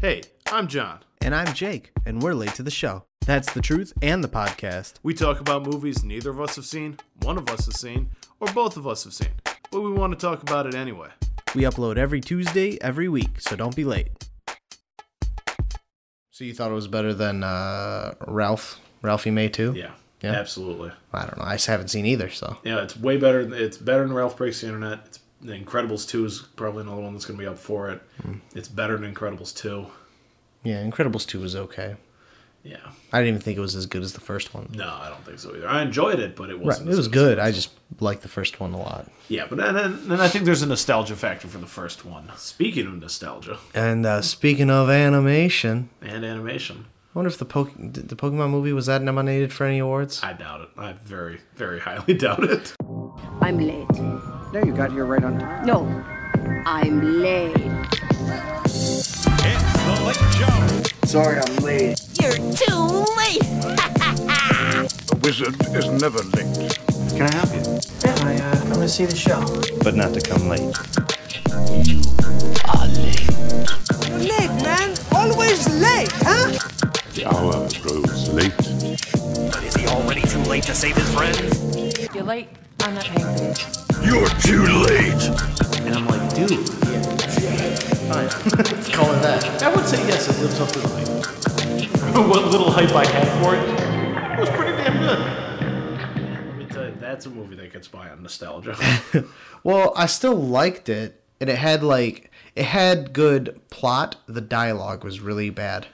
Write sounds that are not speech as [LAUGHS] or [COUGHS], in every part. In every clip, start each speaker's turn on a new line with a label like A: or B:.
A: Hey, I'm John.
B: And I'm Jake, and we're late to the show. That's the truth and the podcast.
A: We talk about movies neither of us have seen, one of us has seen, or both of us have seen, but we want to talk about it anyway.
B: We upload every Tuesday, every week, so don't be late. So you thought it was better than uh, Ralph, Ralphie May too?
A: Yeah,
B: Yeah.
A: absolutely.
B: I don't know. I just haven't seen either. So
A: Yeah, it's way better. It's better than Ralph Breaks the Internet. It's, the Incredibles 2 is probably another one that's going to be up for it.
B: Hmm.
A: It's better than Incredibles 2.
B: yeah, Incredibles two was okay.
A: Yeah.
B: I didn't even think it was as good as the first one.
A: No, I don't think so either. I enjoyed it, but it
B: Right,
A: wasn't.
B: it
A: as
B: was
A: as the
B: good.
A: first
B: I
A: one.
B: just liked the first one a lot.
A: Yeah, but then, then, then I think there's a nostalgia factor for the first one. Speaking of nostalgia
B: And uh, speaking of animation,
A: and animation,
B: I wonder if the Poke- did the Pokemon movie was that nominated for any awards.
A: I doubt it. I very, very highly [LAUGHS] doubt it.
C: I'm late.
D: No, you got here right on time.
C: No, I'm late.
D: Sorry, I'm late.
E: You're too late.
F: A wizard is never late.
D: Yeah, I, uh, I want to see the show.
G: but not to come late.
E: Late, man. Always late, huh?
F: The hour grows late.
H: Is he already too late to save his friends?
I: You're late. I'm not paying for it.
F: You're too late.
A: And I'm like, dude, yeah, yeah, fine.
B: call it that.
A: I would say yes, it lives up to the hype. [LAUGHS] what little hype I had for it, it was pretty damn good. Let me tell you, that's a movie that gets by on nostalgia. [LAUGHS]
B: Well, I still liked it, and it had like it had good plot. The dialogue was really bad.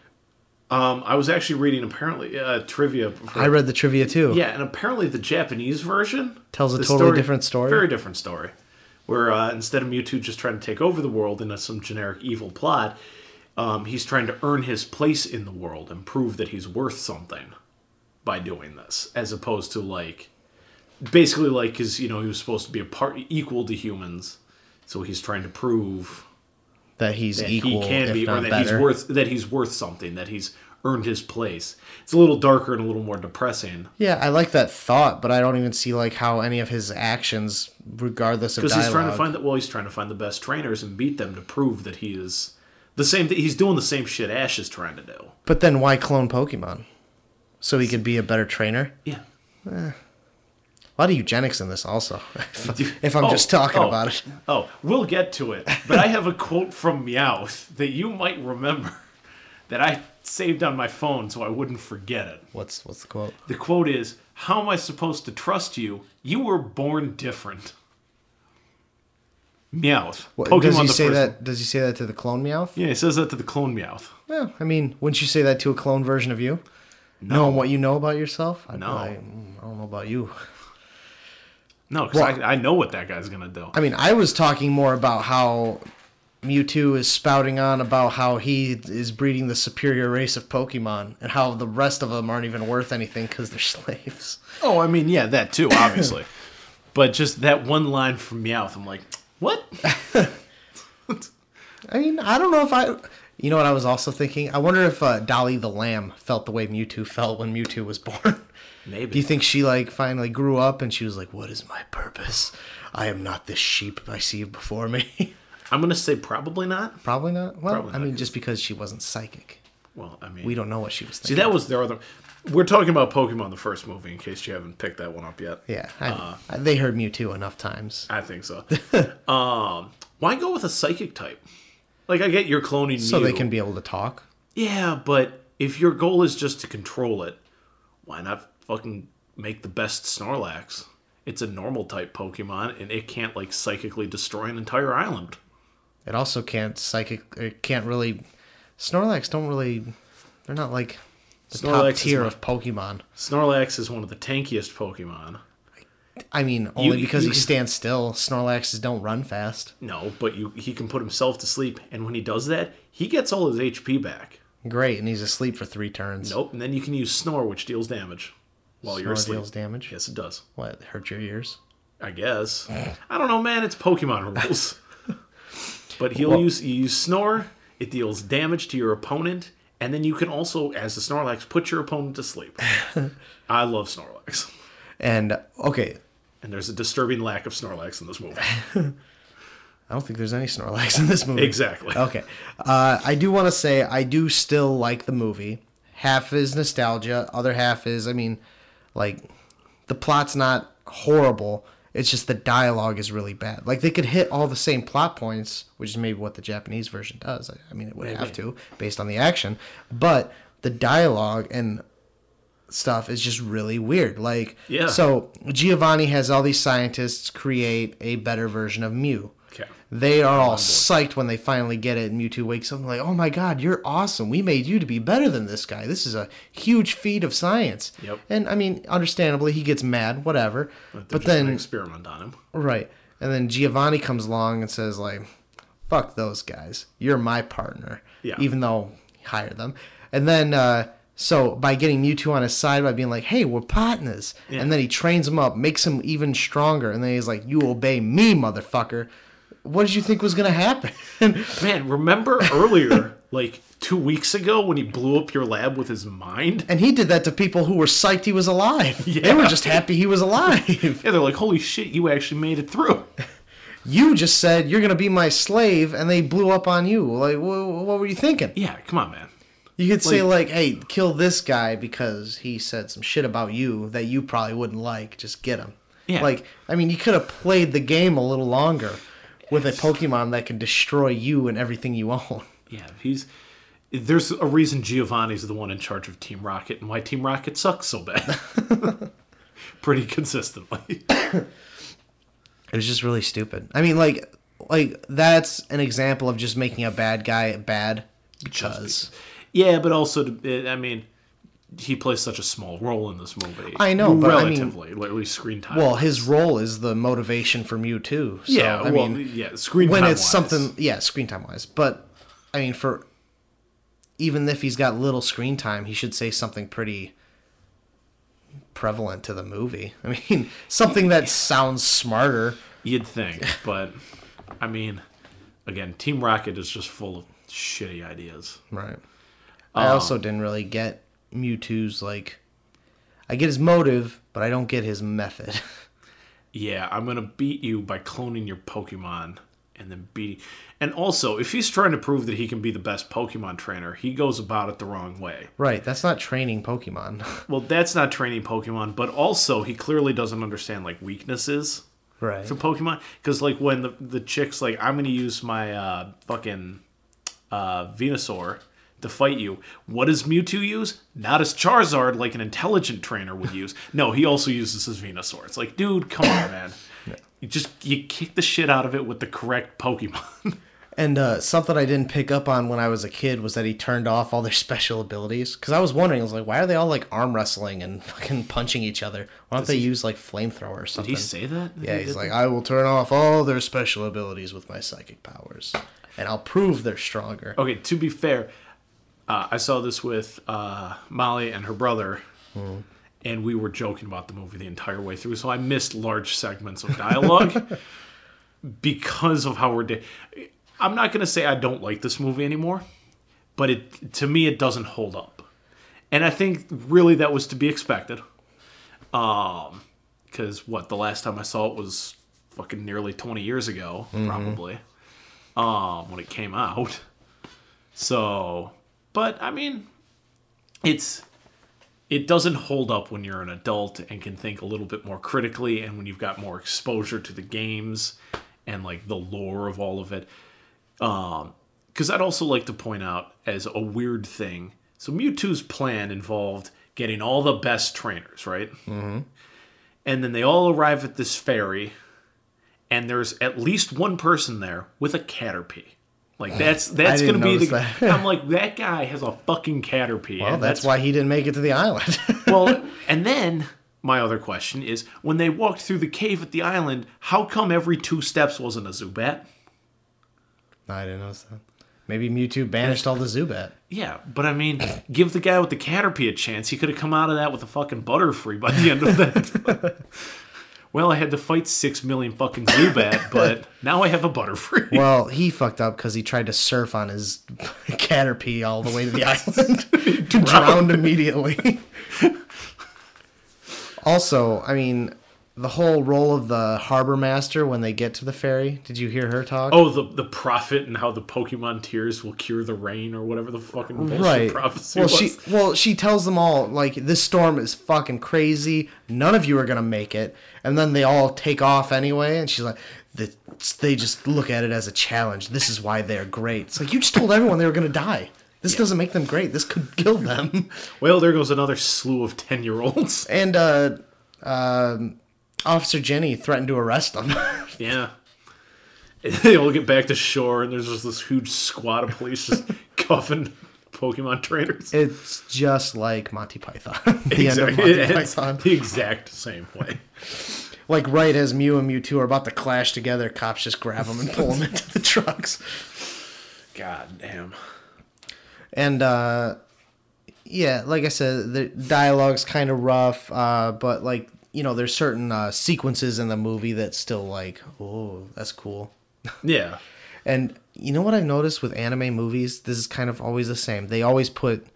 A: um, I was actually reading apparently uh, trivia. For,
B: I read the trivia too.
A: Yeah, and apparently the Japanese version
B: Tells a
A: the
B: totally different story?
A: Very different story. Where uh, instead of Mewtwo just trying to take over the world in a, some generic evil plot, um, he's trying to earn his place in the world and prove that he's worth something by doing this, as opposed to like basically like because you know he was supposed to be a part equal to humans, so he's trying to prove
B: that he's
A: that
B: equal,
A: he can
B: if
A: be,
B: not
A: or that
B: better.
A: he's worth that he's worth something, that he's earned his place. It's a little darker and a little more depressing.
B: Yeah, I like that thought, but I don't even see like how any of his actions, regardless of
A: because
B: dialogue,
A: he's trying to find the well he's trying to find the best trainers and beat them to prove that he is the same thing he's doing the same shit ash is trying to do
B: But then why clone Pokemon? So he could be a better trainer.
A: yeah
B: A lot of eugenics in this, also. [LAUGHS] if I'm
A: Oh,
B: just talking
A: oh,
B: about it,
A: [LAUGHS] oh we'll get to it but i have a quote from meowth [LAUGHS] that you might remember [LAUGHS] that i saved on my phone so i wouldn't forget it
B: what's what's the quote?
A: the quote is how am i supposed to trust you you were born different meowth
B: What,
A: Pokemon
B: does he
A: the
B: say
A: first
B: that?
A: one.
B: Does he say that to the clone Meowth?
A: yeah he says that to the clone meowth
B: Well, I mean, wouldn't you say that to a clone version of you? Knowing what you know about yourself? I'd
A: No.
B: probably, "Mm, I don't know about you.
A: no because
B: Well-
A: I, I know what that guy's gonna do
B: I mean, I was talking more about how Mewtwo is spouting on about how he is breeding the superior race of Pokemon and how the rest of them aren't even worth anything because they're [LAUGHS] slaves.
A: Oh, I mean, yeah, that too,
B: [COUGHS]
A: obviously. but just that one line from Meowth, I'm like, what?
B: I mean, I don't know if I. You know what I was also thinking? I wonder if uh, Dolly the Lamb felt the way Mewtwo felt when Mewtwo was born. [LAUGHS]
A: Maybe.
B: Do you think she like finally grew up and she was like, "What is my purpose? I am not this sheep I see before me." [LAUGHS]
A: I'm gonna say probably not.
B: Probably not. Well,
A: Probably
B: I
A: not,
B: mean,
A: 'cause-
B: just because she wasn't psychic,
A: Well, I mean,
B: we don't know what she was
A: see
B: thinking.
A: that was their other. We're talking about Pokemon, the first movie, in case you haven't picked that one up yet.
B: yeah, I,
A: Uh,
B: I- they heard Mewtwo enough times.
A: I think so. [LAUGHS] um, why go with a psychic type? Like, I get you're cloning
B: so they
A: Mew.
B: can be able to talk.
A: Yeah, but if your goal is just to control it, why not fucking make the best Snorlax? It's a normal type Pokemon, and it can't like psychically destroy an entire island.
B: It also can't psychic. It can't really. Snorlax don't really. They're not like the
A: Snorlax
B: top
A: is
B: tier
A: my-
B: of Pokemon.
A: Snorlax is one of the tankiest Pokemon.
B: I mean, only
A: you-
B: because
A: you
B: he
A: can-
B: stands still. Snorlaxes don't run fast.
A: No, but you he can put himself to sleep, and when he does that, he gets all his HP back.
B: Great, and he's asleep for three turns.
A: Nope, and then you can use Snore, which deals damage while you're
B: Snore
A: asleep.
B: deals damage?
A: Yes, it does.
B: What hurt your ears?
A: I
B: [LAUGHS]
A: guess. I don't know, man. It's Pokemon rules. but he'll use you use Snore. It deals damage to your opponent, and then you can also, as a Snorlax, put your opponent to
B: [LAUGHS]
A: sleep. I love Snorlax,
B: And okay, [LAUGHS]
A: and there's a disturbing lack of Snorlax in this movie.
B: I don't think there's any Snorlax in this movie.
A: Exactly.
B: [LAUGHS] Okay. Uh, I do want to say I do still like the movie. Half is nostalgia, other half is, I mean, like, the plot's not horrible. It's just the dialogue is really bad. Like, they could hit all the same plot points, which is maybe what the Japanese version does. I, I mean, it would have to, based on the action. But the dialogue and stuff is just really weird. Like,
A: Yeah.
B: so Giovanni has all these scientists create a better version of Mew.
A: Okay.
B: They are all psyched when they finally get it, and Mewtwo wakes up and like, "Oh my God, you're awesome! We made you to be better than this guy. This is a huge feat of science."
A: Yep.
B: And I mean, understandably, he gets mad, whatever. But,
A: They're just gonna
B: then,
A: experiment on him.
B: right, and then Giovanni comes along and says like, "Fuck those guys! You're my partner."
A: Yeah.
B: Even though he hired them, and then. uh so by getting Mewtwo on his side by being like, "Hey, we're partners," and then he trains him up, makes him even stronger, and then he's like, "You obey me, motherfucker." What did you think was gonna happen? [LAUGHS]
A: Man, remember earlier, [LAUGHS] like two weeks ago, when he blew up your lab with his mind? [LAUGHS]
B: and he did that to people who were psyched he was alive. They were just happy he
A: [LAUGHS]
B: was alive.
A: Yeah, they're like, holy shit, you actually made it through. [LAUGHS]
B: you just said you're gonna be my slave, and they blew up on you. Like, wh- what were you thinking?
A: Yeah, come on, man.
B: You could say like, "Hey, kill this guy because he said some shit about you that you probably wouldn't like. Just get him."
A: Yeah.
B: Like, I mean, you could have played the game a little longer with a Pokemon that can destroy you and everything you [LAUGHS] own.
A: Yeah, he's. There's a reason Giovanni's the one in charge of Team Rocket and why Team Rocket sucks so bad. [LAUGHS] Pretty consistently. [LAUGHS]
B: It was just really stupid. I mean, like, like that's an example of just making a bad guy bad because
A: Yeah, but also, to- I mean, he plays such a small role in this movie.
B: I know, but I mean-
A: relatively, like, at least screen time.
B: well, his role is the motivation for Mewtwo. So,
A: yeah,
B: I
A: well,
B: mean,
A: yeah, screen
B: when
A: time
B: it's
A: wise.
B: something, yeah, screen time wise. But I mean, for even if he's got little screen time, he should say something pretty prevalent to the movie. [LAUGHS] I mean, something that sounds smarter.
A: You'd think, but I mean, again, Team Rocket is just full of shitty ideas.
B: Right. I
A: Um,
B: also didn't really get Mewtwo's like. I get his motive, but I don't get his method. [LAUGHS]
A: Yeah, I'm gonna beat you by cloning your Pokemon and then beating. And also, if he's trying to prove that he can be the best Pokemon trainer, he goes about it the wrong way.
B: right. That's not training Pokemon. [LAUGHS]
A: Well, that's not training Pokemon, but also he clearly doesn't understand like weaknesses
B: Right.
A: to Pokemon. Because like when the the chick's like, I'm gonna use my uh, fucking uh, Venusaur to fight you. What does Mewtwo use? Not as Charizard, like an intelligent trainer would use. No, he also uses his Venusaur. It's like, dude, come on, man. You just you kick the shit out of it with the correct Pokemon. [LAUGHS]
B: And uh, something I didn't pick up on when I was a kid was that he turned off all their [LAUGHS] special abilities. Because I was wondering, I was like, why are they all like arm wrestling and [LAUGHS] fucking punching each other? Why don't they use like flamethrower or
A: Did
B: something?
A: he say that?
B: yeah, he's like, I will turn off all their special abilities with my psychic powers, and I'll prove they're stronger.
A: Okay, to be fair, uh, I saw this with uh, Molly and her brother, and we were joking about the movie the entire way through, so I missed large segments of dialogue because of how we're. di- I'm not going to say I don't like this movie anymore, but it to me, it doesn't hold up. And I think really that was to be expected. Um, because what the last time I saw it was fucking nearly 20 years ago, probably. Um, when it came out. So, but I mean, it's it doesn't hold up when you're an adult and can think a little bit more critically and when you've got more exposure to the games and like the lore of all of it. Um cuz I'd also like to point out as a weird thing. So Mewtwo's plan involved getting all the best trainers, right? Mhm.
B: Mm-hmm.
A: And then they all arrive at this ferry and there's at least one person there with a Caterpie. Like that's that's
B: didn't
A: going to be the
B: notice that.
A: I'm like that guy has a fucking Caterpie.
B: Well,
A: and
B: that's, why he didn't make it to the island. [LAUGHS]
A: well, and then my other question is when they walked through the cave at the island, how come every two steps wasn't a Zubat?
B: no, I didn't notice that. Maybe Mewtwo banished all the Zubat.
A: Yeah, but I mean, give the guy with the Caterpie a chance. He could have come out of that with a fucking Butterfree by the end of that. [LAUGHS] well, I had to fight six million fucking Zubat, but now I have a Butterfree.
B: [LAUGHS] Well, he fucked up because he tried to surf on his [LAUGHS] Caterpie all the way to the island. drowned. immediately. [LAUGHS] also, I mean, the whole role of the harbor master when they get to the ferry. Did you hear her talk?
A: Oh, the the prophet and how the Pokemon tears will cure the rain or whatever the fucking bullshit
B: right.
A: prophecy
B: Well,
A: was.
B: she well she tells them all like this storm is fucking crazy. None of you are gonna make it, and then they all take off anyway. And she's like, "The- they just look at it as a challenge. This is why they're great. It's like you just told everyone they were gonna die. This doesn't make them great. This could kill them. [LAUGHS]
A: Well, there goes another slew of ten year olds.
B: and uh, um, Officer Jenny threatened to arrest them. [LAUGHS]
A: Yeah. [LAUGHS] And they all get back to shore, and there's just this huge squad of police just
B: [LAUGHS]
A: cuffing Pokemon trainers.
B: it's just like Monty Python. [LAUGHS] the end of
A: Exactly. [LAUGHS]
B: Monty
A: It ends
B: Python.
A: The exact same way.
B: like right as Mew and Mewtwo are about to clash together, cops just grab them and pull them into the trucks.
A: God damn.
B: And uh, yeah, like I said, the dialogue's kind of rough, uh, but like you know, there's certain uh, sequences in the movie that's still like, oh, that's cool.
A: Yeah.
B: And you know what I've noticed with anime movies? This is kind of always the same. They always put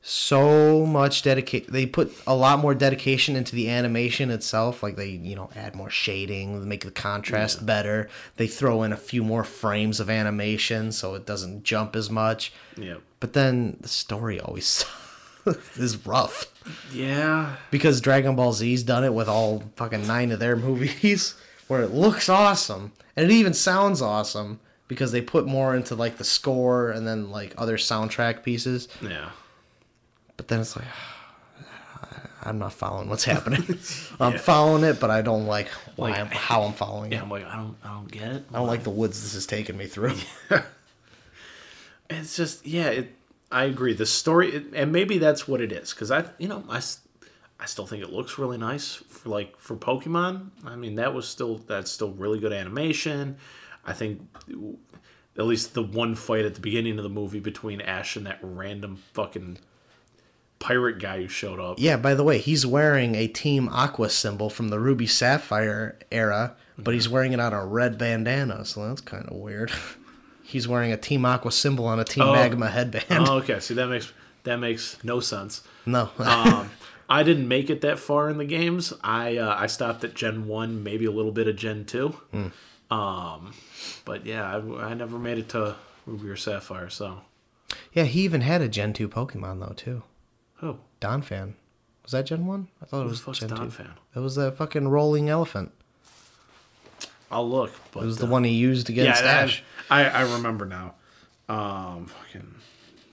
B: so much dedication. They put a lot more dedication into the animation itself. Like they, you know, add more shading, make the contrast better. They throw in a few more frames of animation so it doesn't jump as much.
A: Yeah.
B: But then the story always [LAUGHS] is rough
A: Yeah.
B: because Dragon Ball Z's done it with all fucking nine of their [LAUGHS] movies, where it looks awesome and it even sounds awesome because they put more into like the score and then like other soundtrack pieces.
A: Yeah.
B: But then it's like, [SIGHS] I'm not following what's happening. I'm following it, but I don't like why I'm, how I'm following
A: Yeah,
B: it.
A: I'm like, I don't I don't get it.
B: I don't like the woods this is taking me through.
A: it's just yeah it i agree the story it, and maybe that's what it is because i you know i s- I still think it looks really nice for like for pokemon i mean that was still that's still really good animation i think at least the one fight at the beginning of the movie between ash and that random fucking pirate guy who showed up
B: Yeah, by the way, he's wearing a Team Aqua symbol from the Ruby Sapphire era, but he's wearing it on a red bandana, so that's kind of weird. [LAUGHS] he's wearing a Team Aqua symbol on a Team Magma headband.
A: oh okay see that makes that makes no sense
B: [LAUGHS] No.
A: um, I didn't make it that far in the games. I uh, I stopped at Gen one, maybe a little bit of Gen two.
B: Hmm.
A: Um, but yeah, I, I never made it to Ruby or Sapphire. So
B: [LAUGHS] yeah, he even had a Gen 2 Pokemon, though, too.
A: oh,
B: Donphan. Was that Gen 1? I thought it
A: who the
B: was
A: fuck's
B: Gen 2.
A: Don fan?
B: That was that fucking rolling elephant.
A: I'll look. But
B: It was the
A: uh,
B: one he used
A: Yeah,
B: against
A: that-
B: Ash.
A: I I remember now. Um, fucking.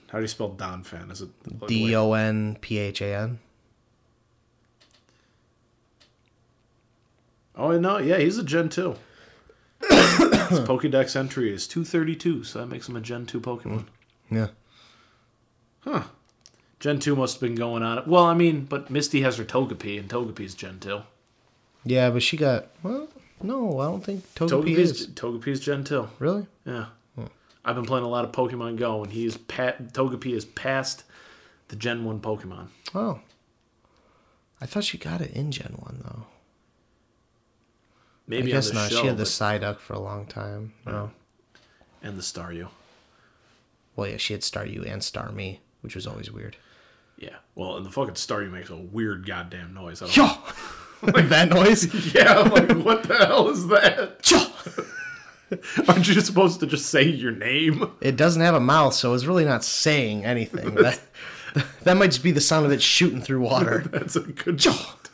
A: How do you spell Don fan? Is it like, wait,
B: D O N P H A N.
A: Oh no, yeah, he's a Gen
B: [COUGHS]
A: two. His Pokedex entry is two thirty two, so that makes him a Gen two Pokemon.
B: Yeah.
A: Gen 2 must have been going on. Well, I mean, but Misty has her Togepi, and Togepi's Gen 2.
B: Yeah, but she got. Well, no, I don't think Togepi
A: Togepi's,
B: is. Hmm.
A: Togepi's Gen 2.
B: Really?
A: Yeah. I've been playing a lot of Pokemon Go, and he's pa- Togepi is past the Gen 1 Pokemon.
B: Oh. I thought she got it in Gen 1, though.
A: Maybe
B: I guess
A: on the
B: not.
A: show.
B: she had the
A: but-
B: Psyduck for a long time. No.
A: And the Staryu.
B: Well, yeah, she had Staryu and Starmie, which was always weird.
A: [LAUGHS] Yeah. Well, and the fucking Staryu makes a weird goddamn noise. I don't-
B: Yo! [LAUGHS] like that noise?
A: [LAUGHS] Yeah, I'm like, what the hell is that?
B: Yo!
A: [LAUGHS] Aren't you supposed to just say your name?
B: It doesn't have a mouth, so it's really not
A: [LAUGHS]
B: saying anything. that, that might just be the sound of it shooting through water.
A: That's a good shot.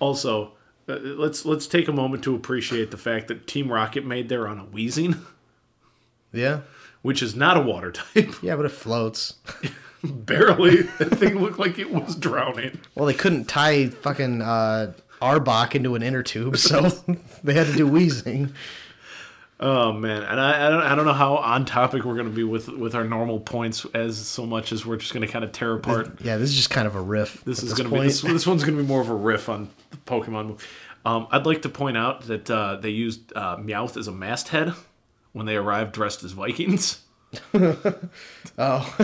A: Also, uh, let's let's take a moment to appreciate the fact that Team Rocket made their on a Wheezing, [LAUGHS]
B: yeah?
A: which is not a water type. [LAUGHS]
B: Yeah, but it floats.
A: Barely, that thing looked like it was drowning.
B: Well, they couldn't tie fucking uh, Arbok into an inner tube, so [LAUGHS] they had to do wheezing.
A: Oh man, and I, I don't I don't know how on topic we're gonna be with with our normal points as so much as we're just gonna kind of tear apart.
B: Yeah, this is just kind of a riff.
A: This
B: at
A: is gonna
B: point.
A: be this, this one's gonna be more of a riff on the Pokemon. movie. Um, I'd like to point out that uh, they used uh, Meowth as a masthead when they arrived dressed as Vikings. [LAUGHS]
B: Oh, [LAUGHS]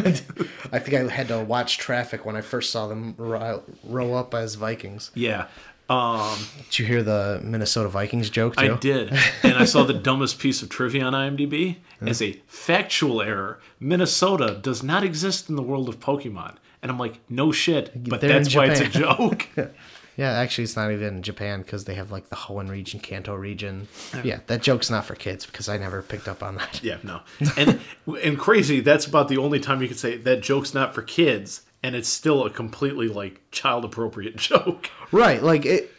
B: I think I had to watch traffic when I first saw them ri- row up as Vikings.
A: Yeah. Um,
B: Did you hear the Minnesota Vikings joke too?
A: I did, and I saw the dumbest piece of trivia on IMDb as a factual error. Minnesota does not exist in the world of Pokemon, and I'm like, no shit, but
B: They're in
A: that's why it's a
B: Japan.
A: joke.
B: [LAUGHS] Yeah, actually, it's not even in Japan because they have like the Hoenn region, Kanto region.
A: Oh.
B: Yeah, that joke's not for kids because I never picked up on that. [LAUGHS]
A: Yeah, no. And and crazy, that's about the only time you could say that joke's not for kids and it's still a completely like child appropriate [LAUGHS] joke.
B: Right, like it.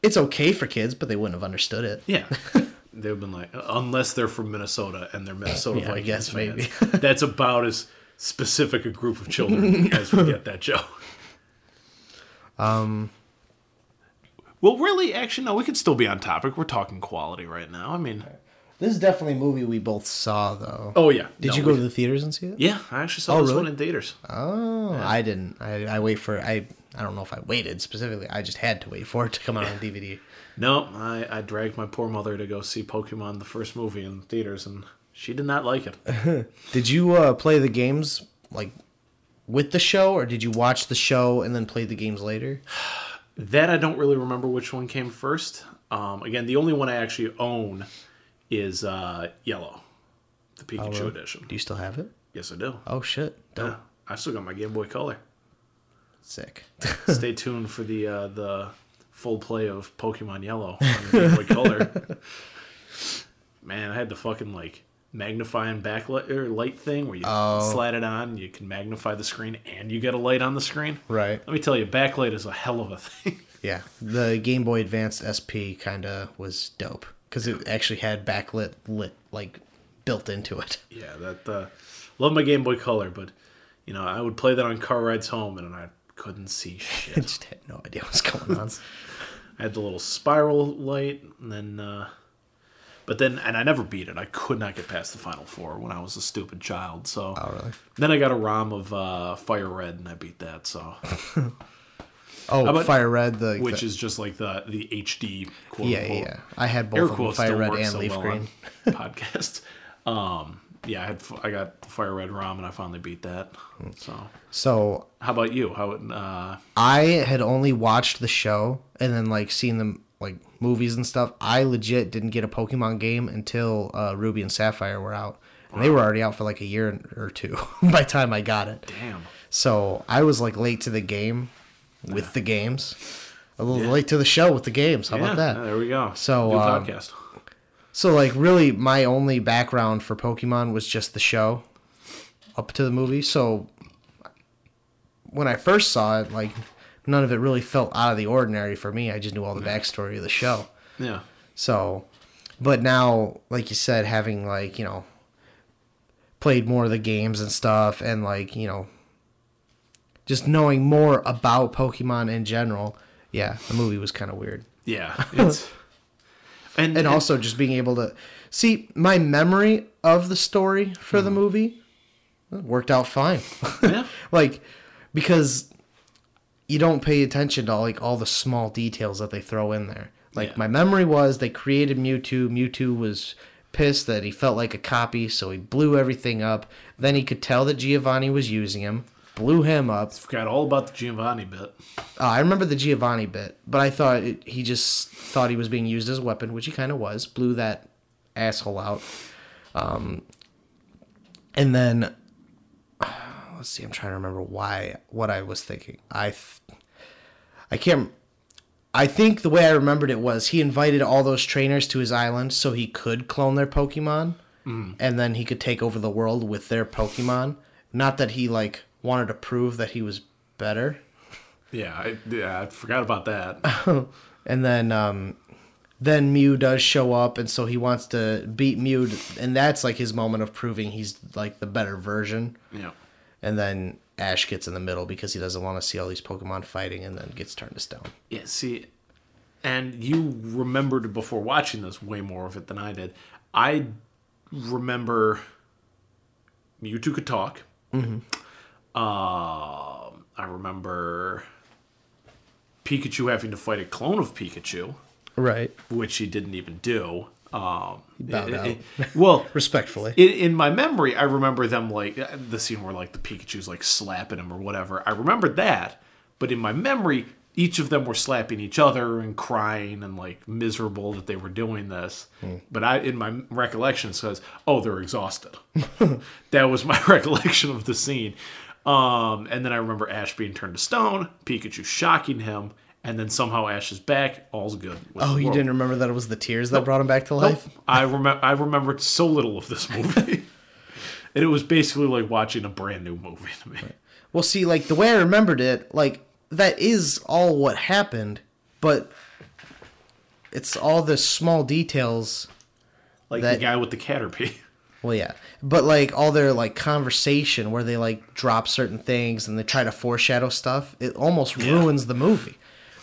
B: It's okay for kids, but they wouldn't have understood it.
A: Yeah. [LAUGHS] They've been like unless they're from Minnesota and they're [LAUGHS] Minnesota
B: Yeah, I
A: Vikings
B: guess maybe.
A: fans. that's about as specific a group of [LAUGHS] children as we get that joke. Um Well really actually no, we could still be on topic. We're talking quality right now. I mean
B: This is definitely a movie we both saw though.
A: Oh yeah.
B: Did
A: No,
B: you go
A: we-
B: to the theaters and see it?
A: Yeah, I actually saw
B: Oh,
A: this
B: really?
A: one in theaters.
B: Oh, I didn't. I, I wait for I. I don't know if I waited specifically. I just had to wait for it to come out
A: [LAUGHS]
B: on DVD.
A: No, I, I dragged my poor mother to go see Pokemon the first movie in theaters, and she did not like it.
B: Did you uh, play the games like with the show, or did you watch the show and then play the games later?
A: that I don't really remember which one came first. Um, again, the only one I actually own is uh, Yellow, the Pikachu edition.
B: Do you still have it?
A: Yes, I do.
B: Oh shit! Dope.
A: Yeah, I still got my Game Boy
B: [LAUGHS]
A: Color. [LAUGHS]
B: Sick.
A: Stay tuned for the uh, the full play of Pokemon Yellow on the Game Boy
B: [LAUGHS]
A: Color. Man, I had the fucking like magnifying backlight or light thing where you
B: Oh.
A: slide it on, you can magnify the screen, and you get a light on the screen.
B: Right.
A: Let me tell you, backlight is a hell of a thing.
B: Yeah. The Game Boy Advance SP kind of was dope because it actually had backlit lit like built into it. [LAUGHS]
A: yeah, that uh, love my Game Boy Color, but you know I would play that on car rides home, and I couldn't see
B: I
A: shit.
B: just had no idea what's going
A: [LAUGHS]
B: on.
A: I had the little spiral light, and then, uh, but then, and I never beat it. I could not get past the final four when I was a stupid child. So,
B: Oh, really?
A: Then I got a ROM of uh, Fire Red, and I beat that.
B: [LAUGHS]
A: So,
B: Oh,
A: about-
B: Fire Red, the
A: which
B: the-
A: is just like the the HD quote
B: yeah, yeah,
A: unquote.
B: yeah. I had both
A: Air
B: of them,
A: quotes
B: Fire
A: still
B: Red
A: work
B: and
A: so
B: Leaf
A: well
B: Green. [LAUGHS]
A: on podcasts. Um, yeah, I had I got Fire Red ROM, and I finally beat that.
B: Hmm.
A: So.
B: So
A: How about you? How uh,
B: I had only watched the show and then like seen them like movies and stuff. I legit didn't get a Pokemon game until uh, Ruby and Sapphire were out, and they were already out for like a year or two [LAUGHS] by the time I got it.
A: damn.
B: So I was like late to the game with the games, a little late to the show with the games. How
A: yeah,
B: about that?
A: There we go.
B: So,
A: New
B: um,
A: podcast.
B: So like really my only background for Pokemon was just the show up to the movie. So when I first saw it, like none of it really felt out of the ordinary for me. I just knew all the backstory of the show.
A: Yeah.
B: So but now like you said having like, you know, played more of the games and stuff and like, you know, just knowing more about Pokemon in general. Yeah, the movie was kind of weird [LAUGHS]
A: Yeah. It's and,
B: and also just being able to see my memory of the story for the movie worked out fine [LAUGHS]
A: yeah,
B: like because you don't pay attention to like all the small details that they throw in there like
A: Yeah.
B: my memory was they created mewtwo mewtwo was pissed that he felt like a copy so he blew everything up then he could tell that giovanni was using him blew him up
A: forgot all about the Giovanni bit.
B: uh, I remember the Giovanni bit, but I thought it, he just thought he was being used as a weapon, which he kind of was. Blew that asshole out. Um, and then [SIGHS] let's see, I'm trying to remember why what I was thinking. I th- I can't. I think the way I remembered it was he invited all those trainers to his island so he could clone their Pokemon, and then he could take over the world with their Pokemon. Not that he like wanted to prove that he was better.
A: Yeah, I, yeah, I forgot about
B: [LAUGHS]
A: that.
B: and then um then Mew does show up and so he wants to beat Mew and that's like his moment of proving he's like the better version
A: yeah.
B: and then Ash gets in the middle because he doesn't want to see all these Pokemon fighting and then gets turned to stone.
A: Yeah, see, and you remembered before watching this way more of it than I did. I remember Mewtwo could talk.
B: Mm-hmm.
A: Um, I remember Pikachu having to fight a clone of Pikachu.
B: Right.
A: which he didn't even do. Um,
B: bowed
A: it-
B: out.
A: it- well,
B: Respectfully.
A: in, in my memory, I remember them like uh, the scene where like the Pikachu's like slapping him or whatever. I remember that, but in my memory, each of them were slapping each other and crying and like miserable that they were doing this.
B: Hmm.
A: But I, in my recollection, it says, "Oh, they're exhausted." [LAUGHS] that was my [LAUGHS] recollection of the scene. Um, and then I remember Ash being turned to stone, Pikachu shocking him, and then somehow Ash is back. All's good. with
B: Oh,
A: the
B: you
A: world.
B: didn't remember that it was the tears that brought him back to life?
A: I remember. I remembered so little of this movie, and it was basically like watching a brand new movie to me.
B: Well, see, like the way I remembered it, like that is all what happened, but it's all the small details.
A: Like
B: That-
A: the guy with the caterpie.
B: Well, yeah, but like all their like conversation where they like drop certain things and they try to foreshadow stuff, it almost ruins the movie.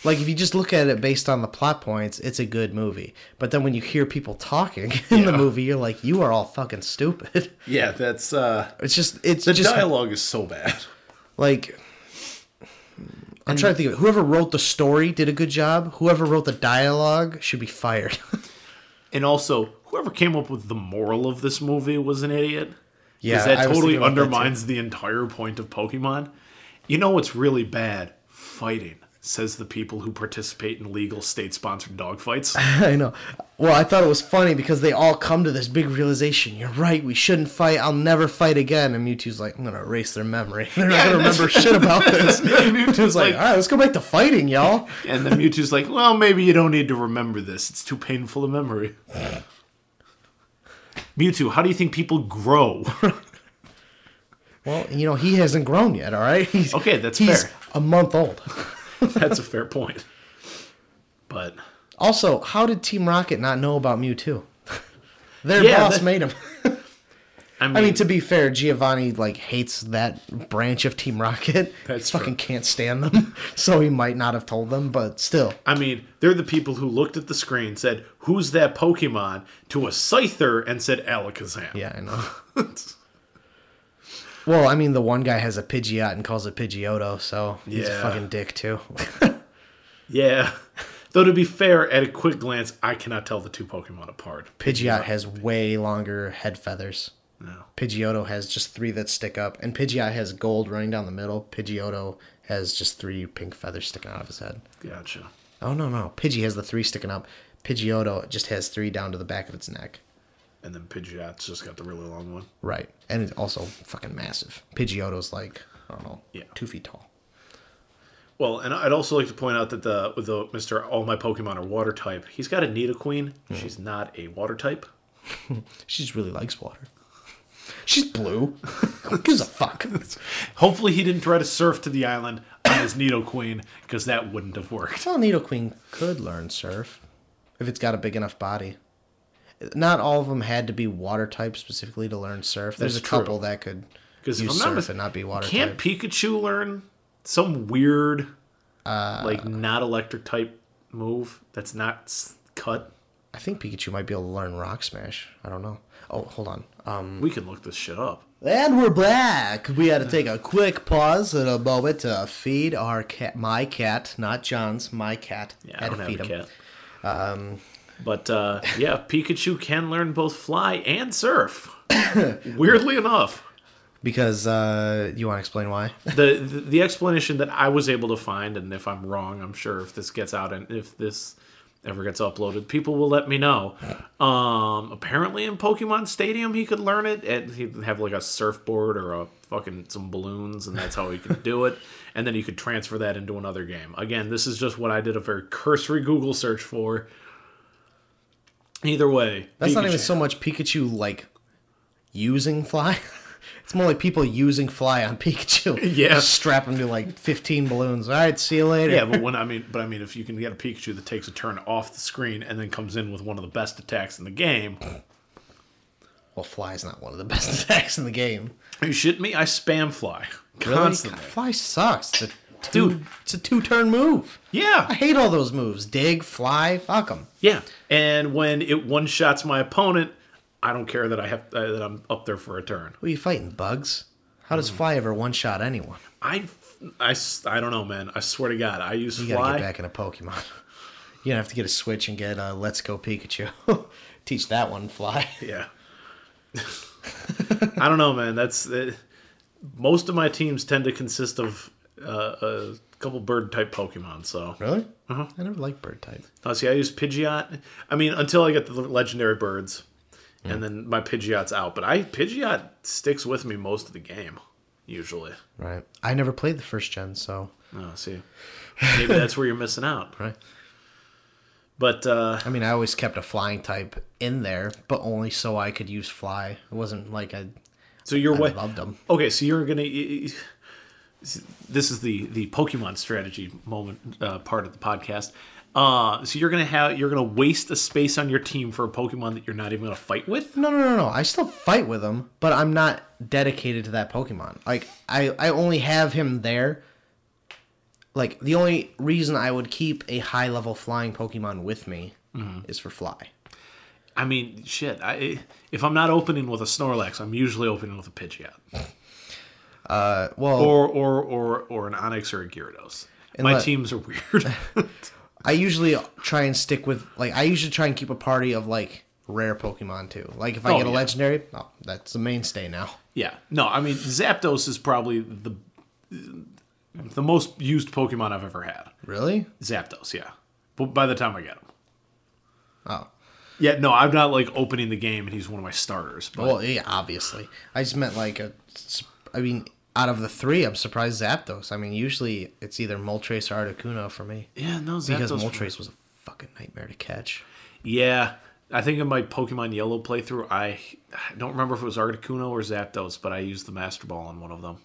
B: Like if you just look at it based on the plot points, it's a good movie. But then when you hear people talking [LAUGHS] in the movie, you're like, you are all fucking stupid. [LAUGHS]
A: Yeah, that's uh,
B: It's just it's
A: the
B: just
A: dialogue is so bad.
B: like I'm trying to think of it. Whoever wrote the story did a good job. Whoever wrote the dialogue should be fired. [LAUGHS]
A: And also, whoever came up with the moral of this movie was an idiot.
B: Yeah,
A: Because that
B: I was
A: totally
B: thinking about that, too.
A: undermines the entire point of Pokemon. You know what's really bad? Fighting, says the people who participate in legal state sponsored dogfights. [LAUGHS]
B: [LAUGHS] I know. Well, I thought it was funny because they all come to this big realization. You're right. We shouldn't fight. I'll never fight again. And Mewtwo's like, I'm gonna erase their memory. [LAUGHS] They're not gonna remember
A: [LAUGHS]
B: shit about this.
A: Mewtwo's
B: It's like, all right, let's go back to fighting, y'all.
A: and then Mewtwo's like, well, maybe you don't need to remember this. It's too painful a memory. Mewtwo, how do you think people grow? [LAUGHS]
B: Well, you know he hasn't grown yet. All right. He's,
A: Okay, that's
B: he's
A: fair.
B: A month old.
A: That's a fair point. But
B: Also, how did Team Rocket not know about Mewtwo? [LAUGHS] Their
A: Yeah,
B: boss
A: that-
B: made him.
A: I mean,
B: I mean,
A: [LAUGHS]
B: to be fair, Giovanni like hates that branch of Team Rocket.
A: That's
B: he fucking can't stand them, [LAUGHS] so he might not have told them, but still.
A: I mean, they're the people who looked at the screen, said, "Who's that Pokemon?" to a Scyther and said, "Alakazam."
B: Yeah, I know. [LAUGHS] well, I mean, the one guy has a Pidgeot and calls it Pidgeotto, so he's a
A: Yeah.
B: fucking dick [LAUGHS] too.
A: Yeah. Though to be fair, at a quick glance, I cannot tell the two Pokemon apart.
B: Pidgeot has way longer head feathers.
A: No.
B: Pidgeotto has just three that stick up, and Pidgeot has gold running down the middle. Pidgeotto has just three pink feathers sticking out of his head.
A: Gotcha.
B: Oh no no, Pidgey has the three sticking up. Pidgeotto just has three down to the back of its neck.
A: And then Pidgeot's just got the really long one.
B: Right, and it's also fucking massive. Pidgeotto's like I don't know,
A: Yeah.
B: two feet tall.
A: Well, and I'd also like to point out that the with the Mister All My Pokemon are Water type. He's got a Nidoqueen.
B: Mm-hmm.
A: She's not a Water type.
B: She just really likes water. She's blue. Who gives a [LAUGHS] fuck?
A: Hopefully, he didn't try to surf to the island on his Nidoqueen because that wouldn't have worked.
B: Well, Nidoqueen could learn surf if it's got a big enough body. Not all of them had to be water type specifically to learn surf. There's
A: That's
B: a
A: true.
B: couple that could
A: Because if
B: use
A: I'm
B: surf
A: not mis-
B: and not be water
A: Can't
B: type.
A: Pikachu learn some weird,
B: Uh,
A: like not electric type move that's not s- cut?
B: I think Pikachu might be able to learn Rock Smash. I don't know. Oh, hold on. Um,
A: We can look this shit up.
B: And we're back. We had to take a quick pause and a moment to feed our cat, my cat, not John's, my cat.
A: Yeah, I
B: Had to
A: don't have a
B: feed
A: cat.
B: him.
A: Um, but uh, yeah, Pikachu can learn both fly and
B: [LAUGHS]
A: surf. Weirdly enough,
B: Because uh, you want to explain why?
A: the, the the explanation that I was able to find, and if I'm wrong, I'm sure if this gets out and if this ever gets uploaded, people will let me know. Um, apparently, in Pokemon Stadium, he could learn it, and he'd have like a surfboard or a fucking some balloons, and that's how he could do it. And then you could transfer that into another game. Again, this is just what I did a very cursory Google search for. Either way,
B: That's not
A: Pikachu-
B: even so much Pikachu like using fly. [LAUGHS] it's more like people using fly on Pikachu.
A: [LAUGHS] Yeah.
B: Just strap him to like 15 balloons. All right, see you later. [LAUGHS]
A: Yeah, but when I mean, but I mean, if you can get a Pikachu that takes a turn off the screen and then comes in with one of the best attacks in the game,
B: Well, fly's not one of the [LAUGHS] best attacks in the game.
A: Are you shitting me? I spam fly
B: Really?
A: constantly.
B: God, Fly sucks. It's a two,
A: Dude.
B: It's a two turn move. I
A: Yeah,
B: hate all those moves. Dig, fly, fuck them.
A: yeah. And when it one shots my opponent, I don't care that I have uh, that I'm up there for a turn.
B: Who are you fighting, bugs? How does
A: Hmm.
B: Fly ever one shot anyone?
A: I, I, s- I don't know, man. I swear to God, I use
B: You gotta
A: fly.
B: get back into Pokemon. [LAUGHS] You're gonna have to get a Switch and get uh, Let's Go Pikachu. [LAUGHS] Teach that
A: [LAUGHS]
B: one Fly.
A: Yeah. I don't know, man. That's uh, most of my teams tend to consist of uh, a couple bird type Pokemon. So
B: Really?
A: Uh-huh.
B: I never liked Bird type.
A: Uh, see, I use Pidgeot. I mean, until I get the legendary birds, and then my Pidgeot's out. But I Pidgeot sticks with me most of the game. usually.
B: Right. I never played the first gen, so
A: Oh, see. Maybe that's where you're missing out.
B: [LAUGHS] right.
A: But uh,
B: I mean, I always kept a flying type in there, but only so I could use fly. It wasn't like I
A: so you're
B: I
A: what?
B: loved them.
A: Okay, so you're gonna. This is the the Pokemon strategy moment uh, part of the podcast. Uh, so you're gonna have you're gonna waste a space on your team for a Pokemon that you're not even gonna fight with.
B: No, no, no, no. I still fight with him, but I'm not dedicated to that Pokemon. Like I, I only have him there. Like the only reason I would keep a high level flying Pokemon with me
A: Mm-hmm.
B: is for fly.
A: I mean, shit. I if I'm not opening with a Snorlax, I'm usually opening with a Pidgeot
B: Uh, well,
A: or or or or an Onyx or a Gyarados. My
B: Unless-
A: teams are
B: [LAUGHS]
A: weird.
B: I usually try and stick with like I usually try and keep a party of like rare Pokemon too. Like if I
A: Oh,
B: get a
A: yeah.
B: legendary, oh, that's the mainstay now.
A: Yeah. No, I mean Zapdos is probably the the most used Pokemon I've ever had.
B: Really?
A: Zapdos, yeah. But by the time I get him.
B: Oh,
A: Yeah, no, I'm not like opening the game and he's one of my starters. But
B: well, yeah, obviously. I just meant like a. s- I mean, out of the three, I'm surprised Zapdos. I mean, usually it's either Moltres or Articuno for me
A: yeah, no, Zapdos.
B: because Moltres was a fucking nightmare to catch.
A: Yeah. I think in my Pokemon Yellow playthrough, I, I don't remember if it was Articuno or Zapdos, but I used the Master Ball on one of them.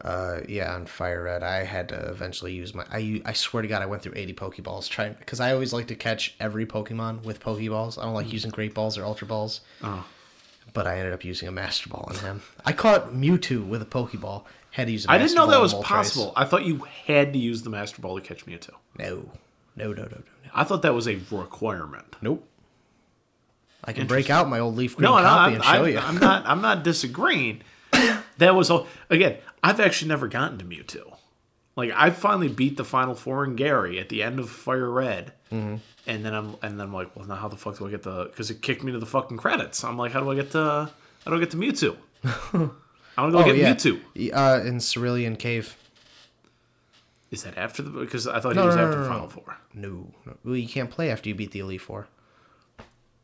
B: Uh, yeah, on Fire Red, I had to eventually use my. I u- I swear to God, I went through 80 Pokeballs trying because I always like to catch every Pokemon with Pokeballs. I don't like using Great Balls or Ultra Balls.
A: Hmm. Oh.
B: But I ended up using a Master Ball on him. I caught Mewtwo with a Pokeball. Had to use. A
A: I didn't
B: Master
A: know that
B: Ball on
A: was
B: Moltres.
A: possible. I thought you had to use the Master Ball to catch Mewtwo.
B: No, no, no, no, no. no.
A: I thought that was a requirement.
B: Nope. I can break out my old leaf green
A: no, no,
B: copy
A: I'm,
B: and show
A: I'm,
B: you. [LAUGHS]
A: I'm not. I'm not disagreeing. that was all. Again, I've actually never gotten to Mewtwo. Like I finally beat the final four in Gary at the end of Fire Red,
B: Mm-hmm.
A: and then I'm and then I'm like, well, now how the fuck do I get the? Because it kicked me to the fucking credits. I'm like, how do I get to? How do I get to
B: [LAUGHS]
A: Mewtwo? I want to go get Mewtwo.
B: Oh, Y- Uh, in Cerulean Cave.
A: Is that after the? Because I thought
B: No,
A: he was
B: no, no,
A: after
B: no,
A: the
B: no.
A: final four.
B: No, no. Well, you can't play after you beat the Elite Four.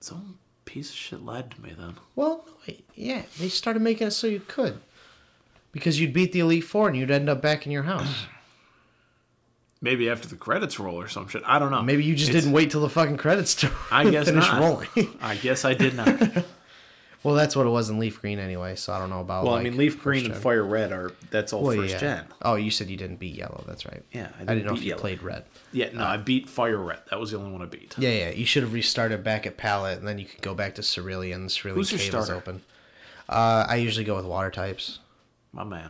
A: Some piece of shit lied to me then.
B: Well, no, yeah, they started making it so you could. Because you'd beat the Elite Four and you'd end up back in your
A: [SIGHS]
B: house.
A: Maybe after the credits roll or some shit. I don't know.
B: Maybe you just
A: It's-
B: didn't wait till the fucking credits [LAUGHS] to
A: I guess
B: finish
A: not.
B: rolling. [LAUGHS]
A: I guess I did not.
B: well, that's what it was in Leaf Green anyway, so I don't know about.
A: [LAUGHS] Well,
B: like,
A: I mean, leaf
B: first
A: green and
B: gen.
A: fire red are that's all
B: Well,
A: first
B: yeah.
A: gen.
B: Oh, you said you didn't beat yellow. That's right.
A: Yeah, I
B: I didn't,
A: didn't
B: know
A: beat
B: if you
A: yellow.
B: played red.
A: Yeah, no, I beat fire red. That was the only one I beat.
B: Uh, Yeah, yeah. You should have restarted back at Palette, and then you could go back to Cerulean. Cerulean
A: Who's your
B: Cave is
A: starter?
B: open. Uh, I usually go with water types.
A: My
B: [LAUGHS]
A: man,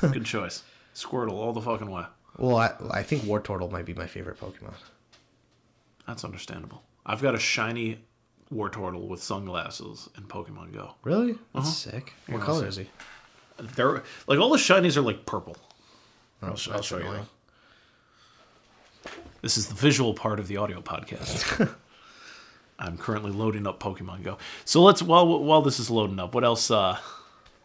A: good choice. Squirtle all the fucking way.
B: Well, I, I think Wartortle might be my favorite Pokemon.
A: That's understandable. I've got a shiny Wartortle with sunglasses in Pokemon Go.
B: Really? That's sick. What
A: I'll
B: color
A: see.
B: is he?
A: They're like all the shinies are like purple. I'll, sh- I'll
B: that's
A: show you.
B: annoying.
A: that. This is the visual part of the audio podcast. [LAUGHS] I'm currently loading up Pokemon Go. So let's while while this is loading up, what else? Uh,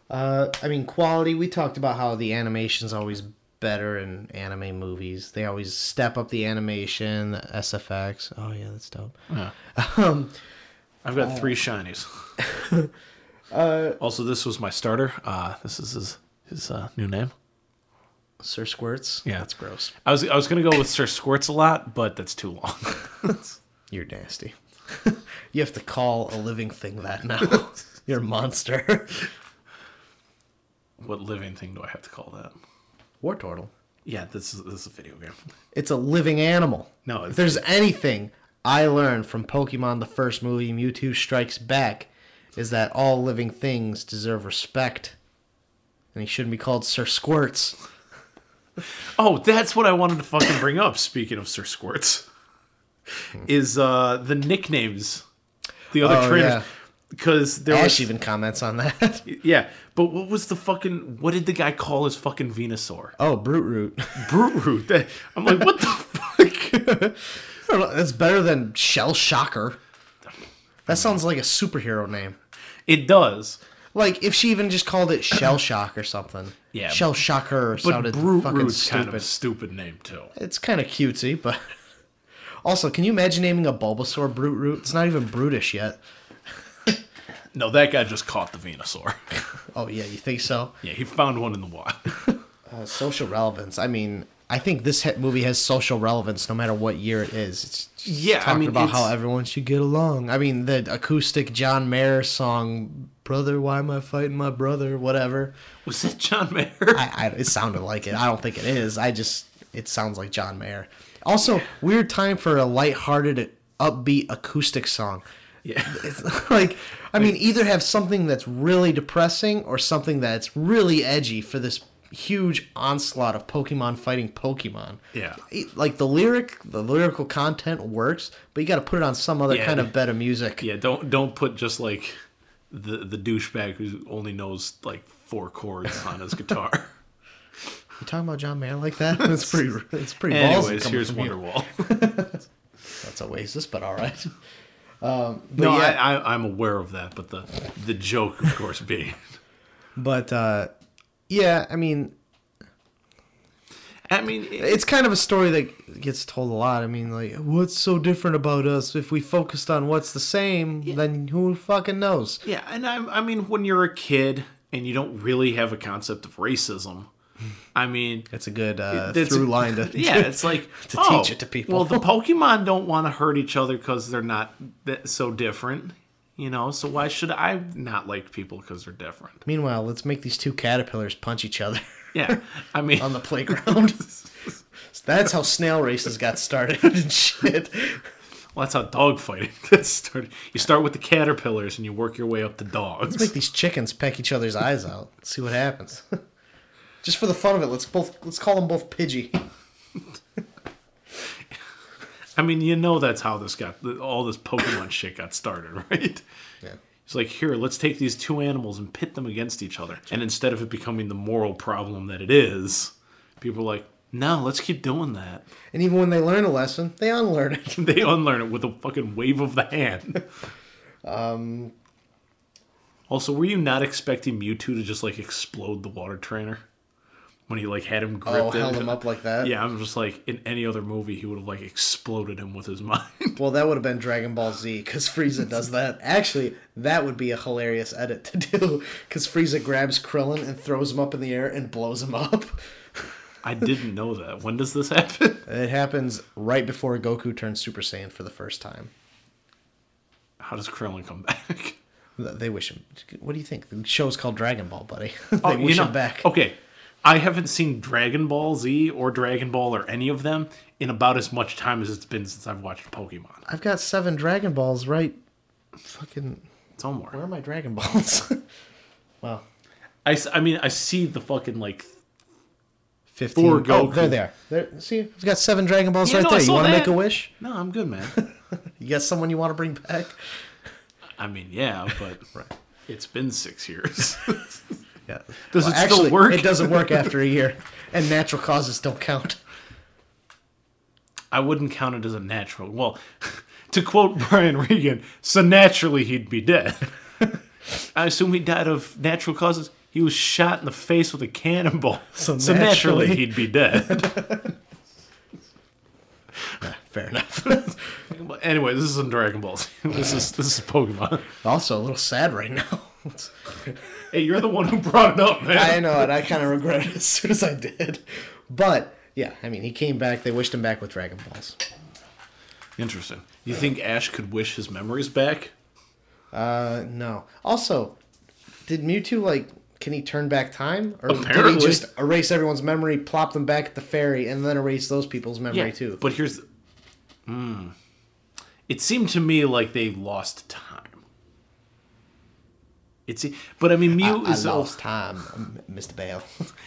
B: Uh, I mean, quality. We talked about how the animation's always better in anime movies. They always step up the animation, the SFX. Oh yeah, that's dope.
A: I've got three shinies. [LAUGHS] also, this was my starter. Uh, this is his his uh, new name.
B: Sir Squirts.
A: Yeah.
B: that's gross.
A: I was I was gonna go with Sir Squirts a lot, but that's too long. [LAUGHS]
B: You're nasty. [LAUGHS] you have to call a living thing that [LAUGHS] now. You're a monster. [LAUGHS]
A: what living thing do I have to call that?
B: War turtle.
A: Yeah, this is this is a video game.
B: It's a living animal.
A: No,
B: if
A: it's-
B: there's anything I learned from Pokemon the first movie, Mewtwo Strikes Back, is that all living things deserve respect, and he shouldn't be called Sir Squirts.
A: Oh, that's what I wanted to fucking bring up. Speaking of Sir Squirts, is uh the nicknames, the other
B: Oh,
A: trainers,
B: yeah.
A: because there
B: Ash
A: was
B: even comments on that. [LAUGHS]
A: yeah. But what was the fucking? What did the guy call his fucking Venusaur?
B: oh, Brute Root. [LAUGHS]
A: Brute root. That- I'm like, what the [LAUGHS] fuck?
B: That's better than Shell Shocker. That sounds like a superhero name.
A: It does.
B: Like if she even just called it Shell Shock or something.
A: Yeah,
B: Shell Shocker
A: But
B: sounded
A: Brute
B: fucking
A: Root's
B: stupid.
A: kind of a stupid name too.
B: It's kind of cutesy, but [LAUGHS] also, can you imagine naming a Bulbasaur Brute Root? It's not even brutish yet.
A: No, that guy just caught the Venusaur. [LAUGHS]
B: Oh yeah, you think so?
A: yeah, he found one in the wild. [LAUGHS]
B: Uh, social relevance. I mean, I think this hit movie has social relevance no matter what year it is. It's just
A: Yeah, I
B: talking
A: mean,
B: about how
A: it's-
B: everyone should get along. I mean, the acoustic John Mayer song, "Brother, why am I fighting my brother?" Whatever.
A: Was that John Mayer? [LAUGHS]
B: I, I it sounded like it. I don't think it is. I just it sounds like John Mayer. Also, weird time for a lighthearted, upbeat acoustic song.
A: yeah.
B: It's [LAUGHS] like I mean, either have something that's really depressing or something that's really edgy for this huge onslaught of Pokemon fighting Pokemon.
A: Yeah.
B: It- Like the lyric, the lyrical content works, but you got to put it on some other
A: Yeah.
B: kind of better music.
A: Yeah, don't don't put just like the the douchebag who only knows like four chords on his [LAUGHS] guitar.
B: You talking about John Mayer like that? [LAUGHS] That's pretty. It's pretty. ballsy
A: Anyways,
B: coming
A: here's
B: from you.
A: [LAUGHS] Wonderwall.
B: That's Oasis, but all right. [LAUGHS] Um,
A: no,
B: yeah.
A: I, I I'm aware of that, but the the joke, of course, being
B: But uh, yeah, I mean,
A: I mean, it-
B: it's kind of a story that gets told a lot. I mean, like, what's so different about us? If we focused on what's the same, then who fucking knows?
A: yeah, and I I mean, when you're a kid and you don't really have a concept of racism, I [LAUGHS] mean,
B: That's a good uh,
A: That's-
B: through line to
A: [LAUGHS] yeah, it's like
B: to
A: oh,
B: teach it to people.
A: Well, the [LAUGHS] Pokemon don't want to hurt each other because they're not th- so different, you know. So why should I not like people because they're different?
B: [LAUGHS] Meanwhile, let's make these two caterpillars punch each other [LAUGHS]
A: Yeah, I mean,
B: on the
A: [LAUGHS]
B: playground. [LAUGHS] That's how snail races got started [LAUGHS] and shit.
A: well, that's how dog fighting [LAUGHS] that started. You start with the caterpillars and you work your way up to dogs.
B: Make these chickens peck each other's eyes out. See what happens. [LAUGHS] Just for the fun of it, let's both let's call them both Pidgey.
A: I mean, you know, that's how this got th- all this Pokemon shit got started, right? Yeah. It's like here, let's take these two animals and pit them against each other, and instead of it becoming the moral problem that it is, people are like, no, let's keep doing that.
B: And even when they learn a lesson, they unlearn it.
A: [LAUGHS] they unlearn it with a fucking wave of the hand.
B: [LAUGHS]
A: Um. Also, were you not expecting Mewtwo to just like explode the water trainer when he like had him gripped?
B: Oh,
A: in?
B: held him up like that.
A: Yeah, I'm just like in any other movie, he would have like exploded him with his [LAUGHS] mind.
B: Well, that would have been Dragon Ball Z because Frieza
A: [LAUGHS]
B: does that. Actually, that would be a hilarious edit to do because Frieza grabs Krillin and throws him up in the air and blows him up. [LAUGHS]
A: I didn't know that. When does this happen? [LAUGHS]
B: It happens right before Goku turns Super Saiyan for the first time.
A: How does Krillin come back?
B: Th- They wish him. What do you think? The show's called Dragon Ball, buddy. [LAUGHS] they
A: [LAUGHS] Oh,
B: wish him back.
A: Okay. I haven't seen Dragon Ball Z or Dragon Ball or any of them in about as much time as it's been since I've watched Pokemon.
B: I've got seven Dragon Balls right. Fucking.
A: It's homework.
B: Where are my Dragon Balls? [LAUGHS] well,
A: I, s- I mean, I see the fucking like.
B: 15.
A: For
B: Oh,
A: Goku.
B: there they are. There, see, I've got seven Dragon Balls
A: Yeah,
B: right
A: no, I
B: there. You
A: saw
B: want to
A: that.
B: make a wish?
A: No, I'm good, man.
B: You got someone you want to bring back?
A: [LAUGHS] I mean, yeah, [LAUGHS] but it's been six years. [LAUGHS]
B: Yeah.
A: Does
B: Well,
A: it still work?
B: It doesn't work after a [LAUGHS] year, and natural causes don't count.
A: I wouldn't count it as a natural. Well, [LAUGHS] to quote Brian Regan, so naturally he'd be dead. [LAUGHS] I assume he died of natural causes. He was shot in the face with a cannonball. [LAUGHS] So
B: So
A: naturally,
B: naturally.
A: he'd be [LAUGHS] dead.
B: Fair enough.
A: But anyway, this isn't Dragon Ball. Z. [LAUGHS] This is this is Pokemon.
B: also, a little sad right now.
A: Hey, you're the one who brought it up, man.
B: [LAUGHS] I know, and I kind of regret it as soon as I did. But yeah, I mean, he came back. They wished him back with Dragon Balls.
A: Interesting. You think Ash could wish his memories back?
B: Uh, no. Also, did Mewtwo like? Can he turn back time, or did
A: Apparently.
B: he just erase everyone's memory, plop them back at the ferry, and then erase those people's memory too?
A: But here's, the, mm, it seemed to me like they lost time. It's, but I mean, Mew
B: I
A: is al-
B: lost time,
A: [LAUGHS]
B: Mr. Bale.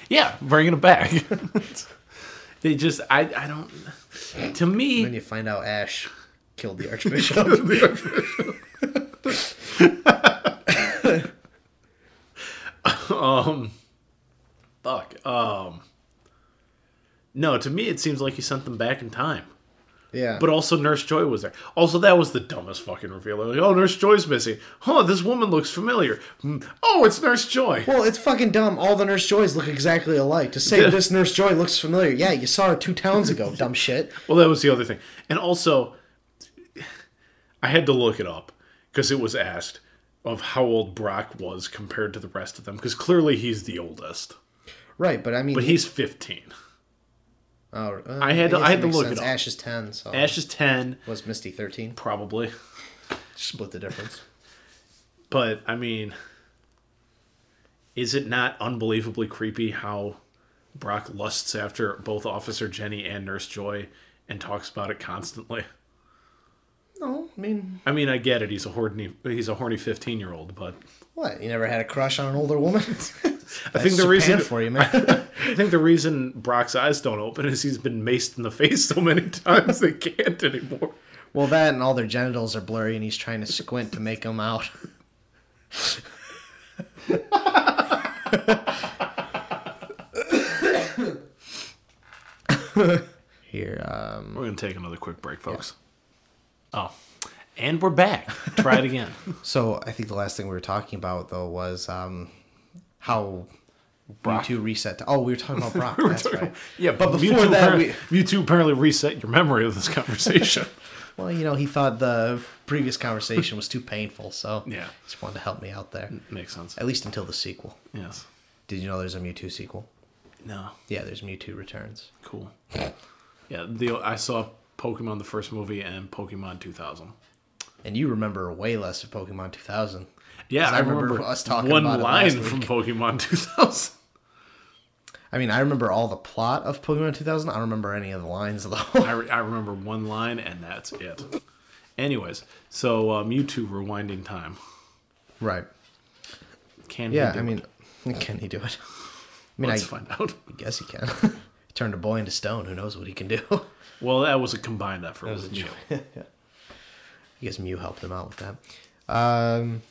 A: yeah, bringing it back. [LAUGHS] they just, I, I don't. To
B: Then
A: me, [LAUGHS]
B: [LAUGHS] you find out Ash killed the Archbishop.
A: Um, fuck. Um, no, to me, it seems like he sent them back in time.
B: yeah.
A: But also, Nurse Joy was there. Also, that was the dumbest fucking reveal. Like, oh, Nurse Joy's missing. Huh, this woman looks familiar. Mm, Oh, it's Nurse Joy.
B: Well, it's fucking dumb. All the Nurse Joys look exactly alike. To say this Nurse Joy looks familiar, yeah, you saw her two
A: [LAUGHS]
B: towns ago, dumb shit.
A: Well, that was the other thing. And also, I had to look it up because it was asked of how old Brock was compared to the rest of them because clearly he's the oldest,
B: Right, but I mean,
A: but he's 15.
B: oh, uh,
A: I had to-
B: guess
A: I had
B: that
A: to
B: makes
A: look it up.
B: Ash is ten, so
A: Ash is 10,
B: was Misty thirteen.
A: probably,
B: Split
A: [LAUGHS]
B: the difference.
A: but I mean, is it not unbelievably creepy how Brock lusts after both Officer Jenny and Nurse Joy and talks about it constantly?
B: No, I mean,
A: I mean, I get it. He's a horny, he's a horny 15 year old, but
B: what? You never had a crush on an older woman?
A: [LAUGHS] I think the reason
B: for
A: [LAUGHS]
B: you, man.
A: I think the reason Brock's eyes don't open is he's been maced in the face so many [LAUGHS] times they can't anymore.
B: well, that and all their genitals are blurry, and he's trying to squint to make
A: [LAUGHS]
B: them out. [LAUGHS] Here, um,
A: We're gonna take another quick break, folks. Oh, and we're back. Try it again.
B: so I think the last thing we were talking about though was um, how [LAUGHS] Brock. Mewtwo reset. To, oh, we were talking about Brock. that's right.
A: yeah,
B: but before that, we,
A: Mewtwo apparently reset your memory
B: [LAUGHS]
A: of this conversation.
B: Well, you know, he thought the previous conversation was too painful, so
A: Yeah.
B: he just wanted to help me out there.
A: Makes sense.
B: At least until the sequel.
A: Yes.
B: Did you know there's a Mewtwo sequel?
A: No.
B: Yeah, there's Mewtwo Returns.
A: Cool. Yeah. The I saw Pokemon the first movie and Pokemon 2000.
B: And you remember way less of Pokemon 2000.
A: Yeah,
B: 'Cause
A: I,
B: I
A: remember,
B: remember us talking
A: one
B: about it
A: line
B: last
A: from
B: week.
A: Pokemon [LAUGHS] 2000.
B: I mean, I remember all the plot of Pokemon 2000. I don't remember any of the lines,
A: I,
B: though. [LAUGHS]
A: re- I remember one line, and that's it. Anyways, so uh, Mewtwo rewinding time.
B: right.
A: Can he
B: Yeah,
A: do
B: I
A: it?
B: mean, can he do it? I mean, I
A: let's find out. [LAUGHS]
B: guess he can. [LAUGHS] Turned a boy into stone. Who knows what he can do? [LAUGHS] I
A: Well, that was a combined effort
B: was
A: with
B: a
A: Mew.
B: guess Mew helped him out with that. Um,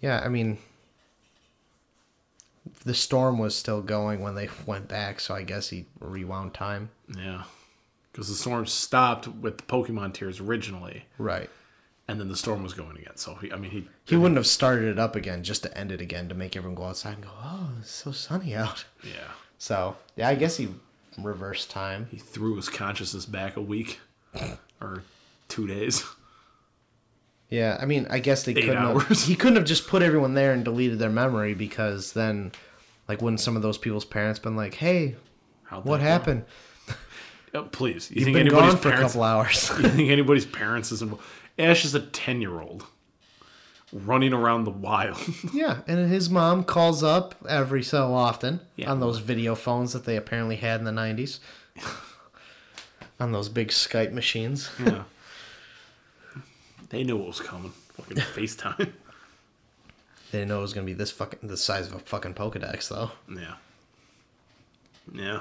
B: yeah, I mean, the storm was still going when they [LAUGHS] went back, so I guess he rewound time.
A: Yeah, because the storm stopped with the Pokemon tears originally,
B: Right. and
A: and then the storm was going again. So he, I mean, he
B: He wouldn't have started it up again just to end it again to make everyone go outside and go, oh, it's so sunny out. [LAUGHS]
A: yeah
B: So, yeah, I guess he reversed time.
A: he threw his consciousness back a week [LAUGHS] or two days.
B: Yeah, I mean, I guess they couldn't have.
A: hours.
B: He couldn't have just put everyone there and deleted their memory because then, like, wouldn't some of those people's parents been like, hey,
A: How'd
B: what
A: that go?
B: happened?
A: Oh, please, you
B: You've
A: think
B: been
A: anybody's
B: gone for a
A: parents?
B: couple hours.
A: [LAUGHS]
B: [LAUGHS]
A: you think anybody's parents is involved? Ash is a ten-year-old running around the wild. [LAUGHS]
B: yeah, and his mom calls up every so often
A: Yeah.
B: on those video phones that they apparently had in the 90s. [LAUGHS] on those big Skype machines.
A: Yeah. they knew what was coming.
B: [LAUGHS]
A: Fucking FaceTime.
B: They didn't know it was gonna be this fucking the size of a fucking Pokedex though.
A: yeah. Yeah.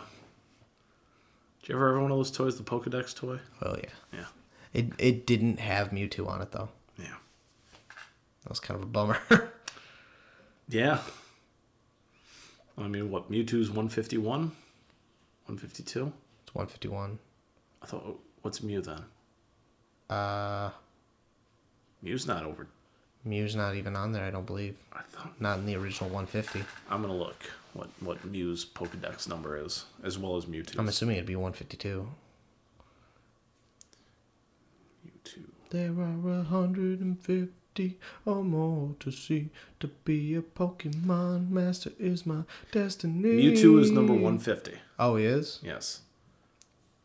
A: Did you ever have one of those toys, the Pokedex toy?
B: Oh yeah.
A: Yeah.
B: It it didn't have Mewtwo on it though.
A: Yeah.
B: That was kind of a bummer. [LAUGHS]
A: Yeah. I mean, what? Mewtwo's 151? 152?
B: it's one fifty one.
A: I thought, oh, what's Mew then?
B: Uh
A: Mew's not over.
B: Mew's not even on there, I don't believe.
A: I thought.
B: Not in the original one fifty.
A: I'm going to look what, what Mew's Pokedex number is, as well as Mewtwo's.
B: I'm assuming it'd be one fifty two.
A: Mewtwo.
B: There are a hundred and fifty or more to see. To be a Pokemon master is my destiny.
A: Mewtwo is number 150.
B: Oh he is?
A: Yes.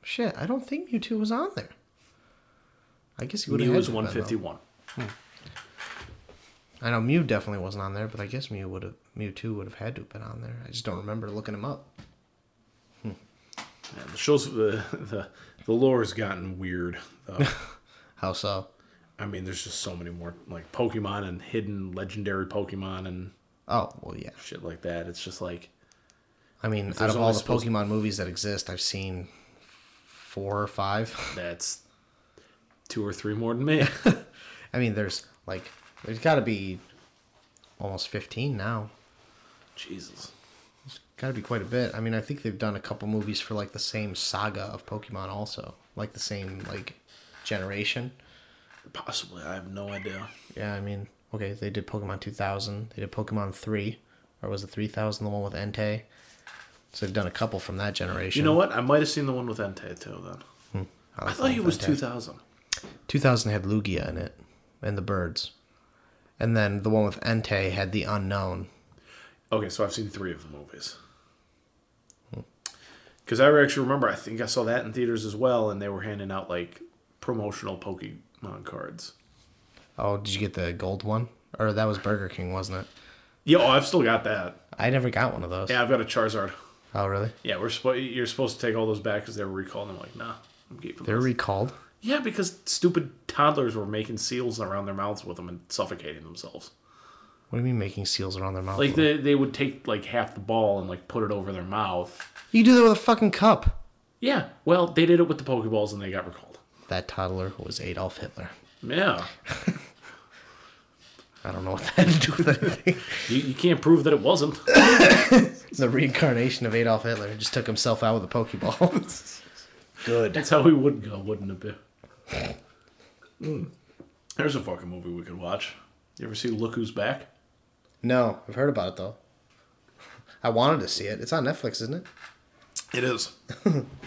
B: Shit, I don't think Mewtwo was on there. I guess he would have
A: Mew is 151.
B: I know Mew definitely wasn't on there, but I guess Mew would have Mew two would have had to have been on there. I just don't remember looking him up.
A: Yeah, the show's the the the lore's gotten weird. Though.
B: How so?
A: I mean, there's just so many more like Pokemon and hidden legendary Pokemon and
B: Oh well, yeah.
A: shit like that. It's just like
B: I mean, out
A: there's
B: of all
A: only
B: the
A: supposed-
B: Pokemon movies that exist, I've seen four or five. [LAUGHS]
A: that's two or three more than [LAUGHS] me.
B: I mean, there's like there's got to be almost fifteen now.
A: Jesus.
B: Got to be quite a bit. I mean, I think they've done a couple movies for like the same saga of Pokemon, also like the same like generation.
A: Possibly, I have no idea.
B: Yeah, I mean, okay, they did Pokemon 2000. They did Pokemon 3, or was it 3000 the one with Entei? So they've done a couple from that generation.
A: You know what? I might have seen the one with Entei too. Then Hmm. I, thought he was
B: Entei.
A: 2000.
B: 2000 had Lugia in it and the birds. and then the one with Entei had the unknown.
A: Okay, so I've seen three of the movies. Hmm. Because I actually remember, I think I saw that in theaters as well, and they were handing out like promotional Pokemon cards.
B: Oh, did you get the gold one? Or that was Burger King, wasn't it?
A: Yeah, oh, I've still got that.
B: I never got one of those.
A: Yeah, I've got a Charizard.
B: Oh, really?
A: Yeah, we're supposed you're supposed to take all those back because they were recalled. And I'm like, nah, I'm keeping
B: They're
A: those.
B: recalled.
A: yeah, because stupid toddlers were making seals around their mouths with them and suffocating themselves.
B: What do you mean making seals around their mouth?
A: Like they, they would take like half the ball and like put it over their mouth.
B: you do that with a fucking cup.
A: Yeah, well, they did it with the Pokeballs and they got recalled.
B: That toddler was Adolf Hitler.
A: Yeah,
B: I don't know what that had to do with
A: [LAUGHS]
B: anything.
A: you, you can't prove that it wasn't.
B: the reincarnation of Adolf Hitler just took himself out with a
A: [LAUGHS]
B: Pokeball. Good.
A: That's how we would go, wouldn't it be? Mm. There's a fucking movie we could watch. You ever see Look Who's Back?
B: No, I've heard about it though. I wanted to see it. It's on Netflix, isn't it?
A: It is. [LAUGHS]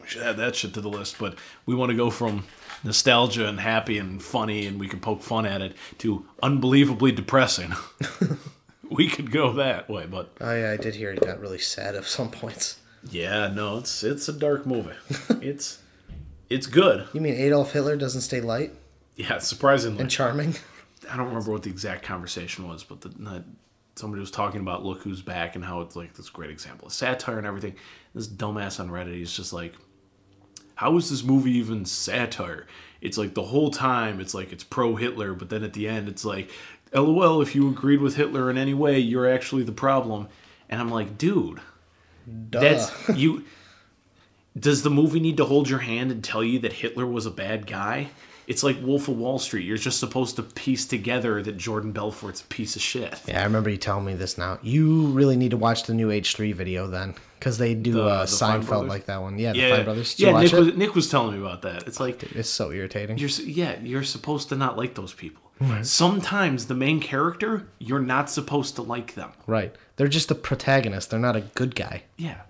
A: we should add that shit to the list, but we want to go from nostalgia and happy and funny and we can poke fun at it to unbelievably depressing. we could go that way, but
B: Oh yeah, I did hear it got really sad at [LAUGHS] some points.
A: yeah, no, it's it's a dark movie. it's it's good.
B: You mean Adolf Hitler doesn't stay light
A: Yeah, surprisingly.
B: and charming? [LAUGHS]
A: I don't remember what the exact conversation was, but the, the, somebody was talking about "Look Who's Back" and how it's like this great example of satire and everything. This dumbass on Reddit is just like, "How is this movie even satire?" It's like the whole time it's like it's pro Hitler, but then at the end it's like, "LOL, if you agreed with Hitler in any way, you're actually the problem." And I'm like, dude,
B: Duh. [LAUGHS]
A: that's you. Does the movie need to hold your hand and tell you that Hitler was a bad guy? It's like Wolf of Wall Street. You're just supposed to piece together that Jordan Belfort's a piece of shit.
B: Yeah, I remember you telling me this now. You really need to watch the new H3 video then, because they do uh,
A: the Fine
B: Seinfeld
A: Brothers?
B: like that one. Yeah, the
A: Yeah,
B: Fine Brothers. Did you
A: yeah.
B: watch
A: Nick
B: it? Oh,
A: was, Nick was telling me about that. It's like
B: It's so irritating.
A: you're s- yeah, you're supposed to not like those people. Sometimes the main character, you're not supposed to like them.
B: Right. They're just the protagonist. They're not a good guy.
A: Yeah.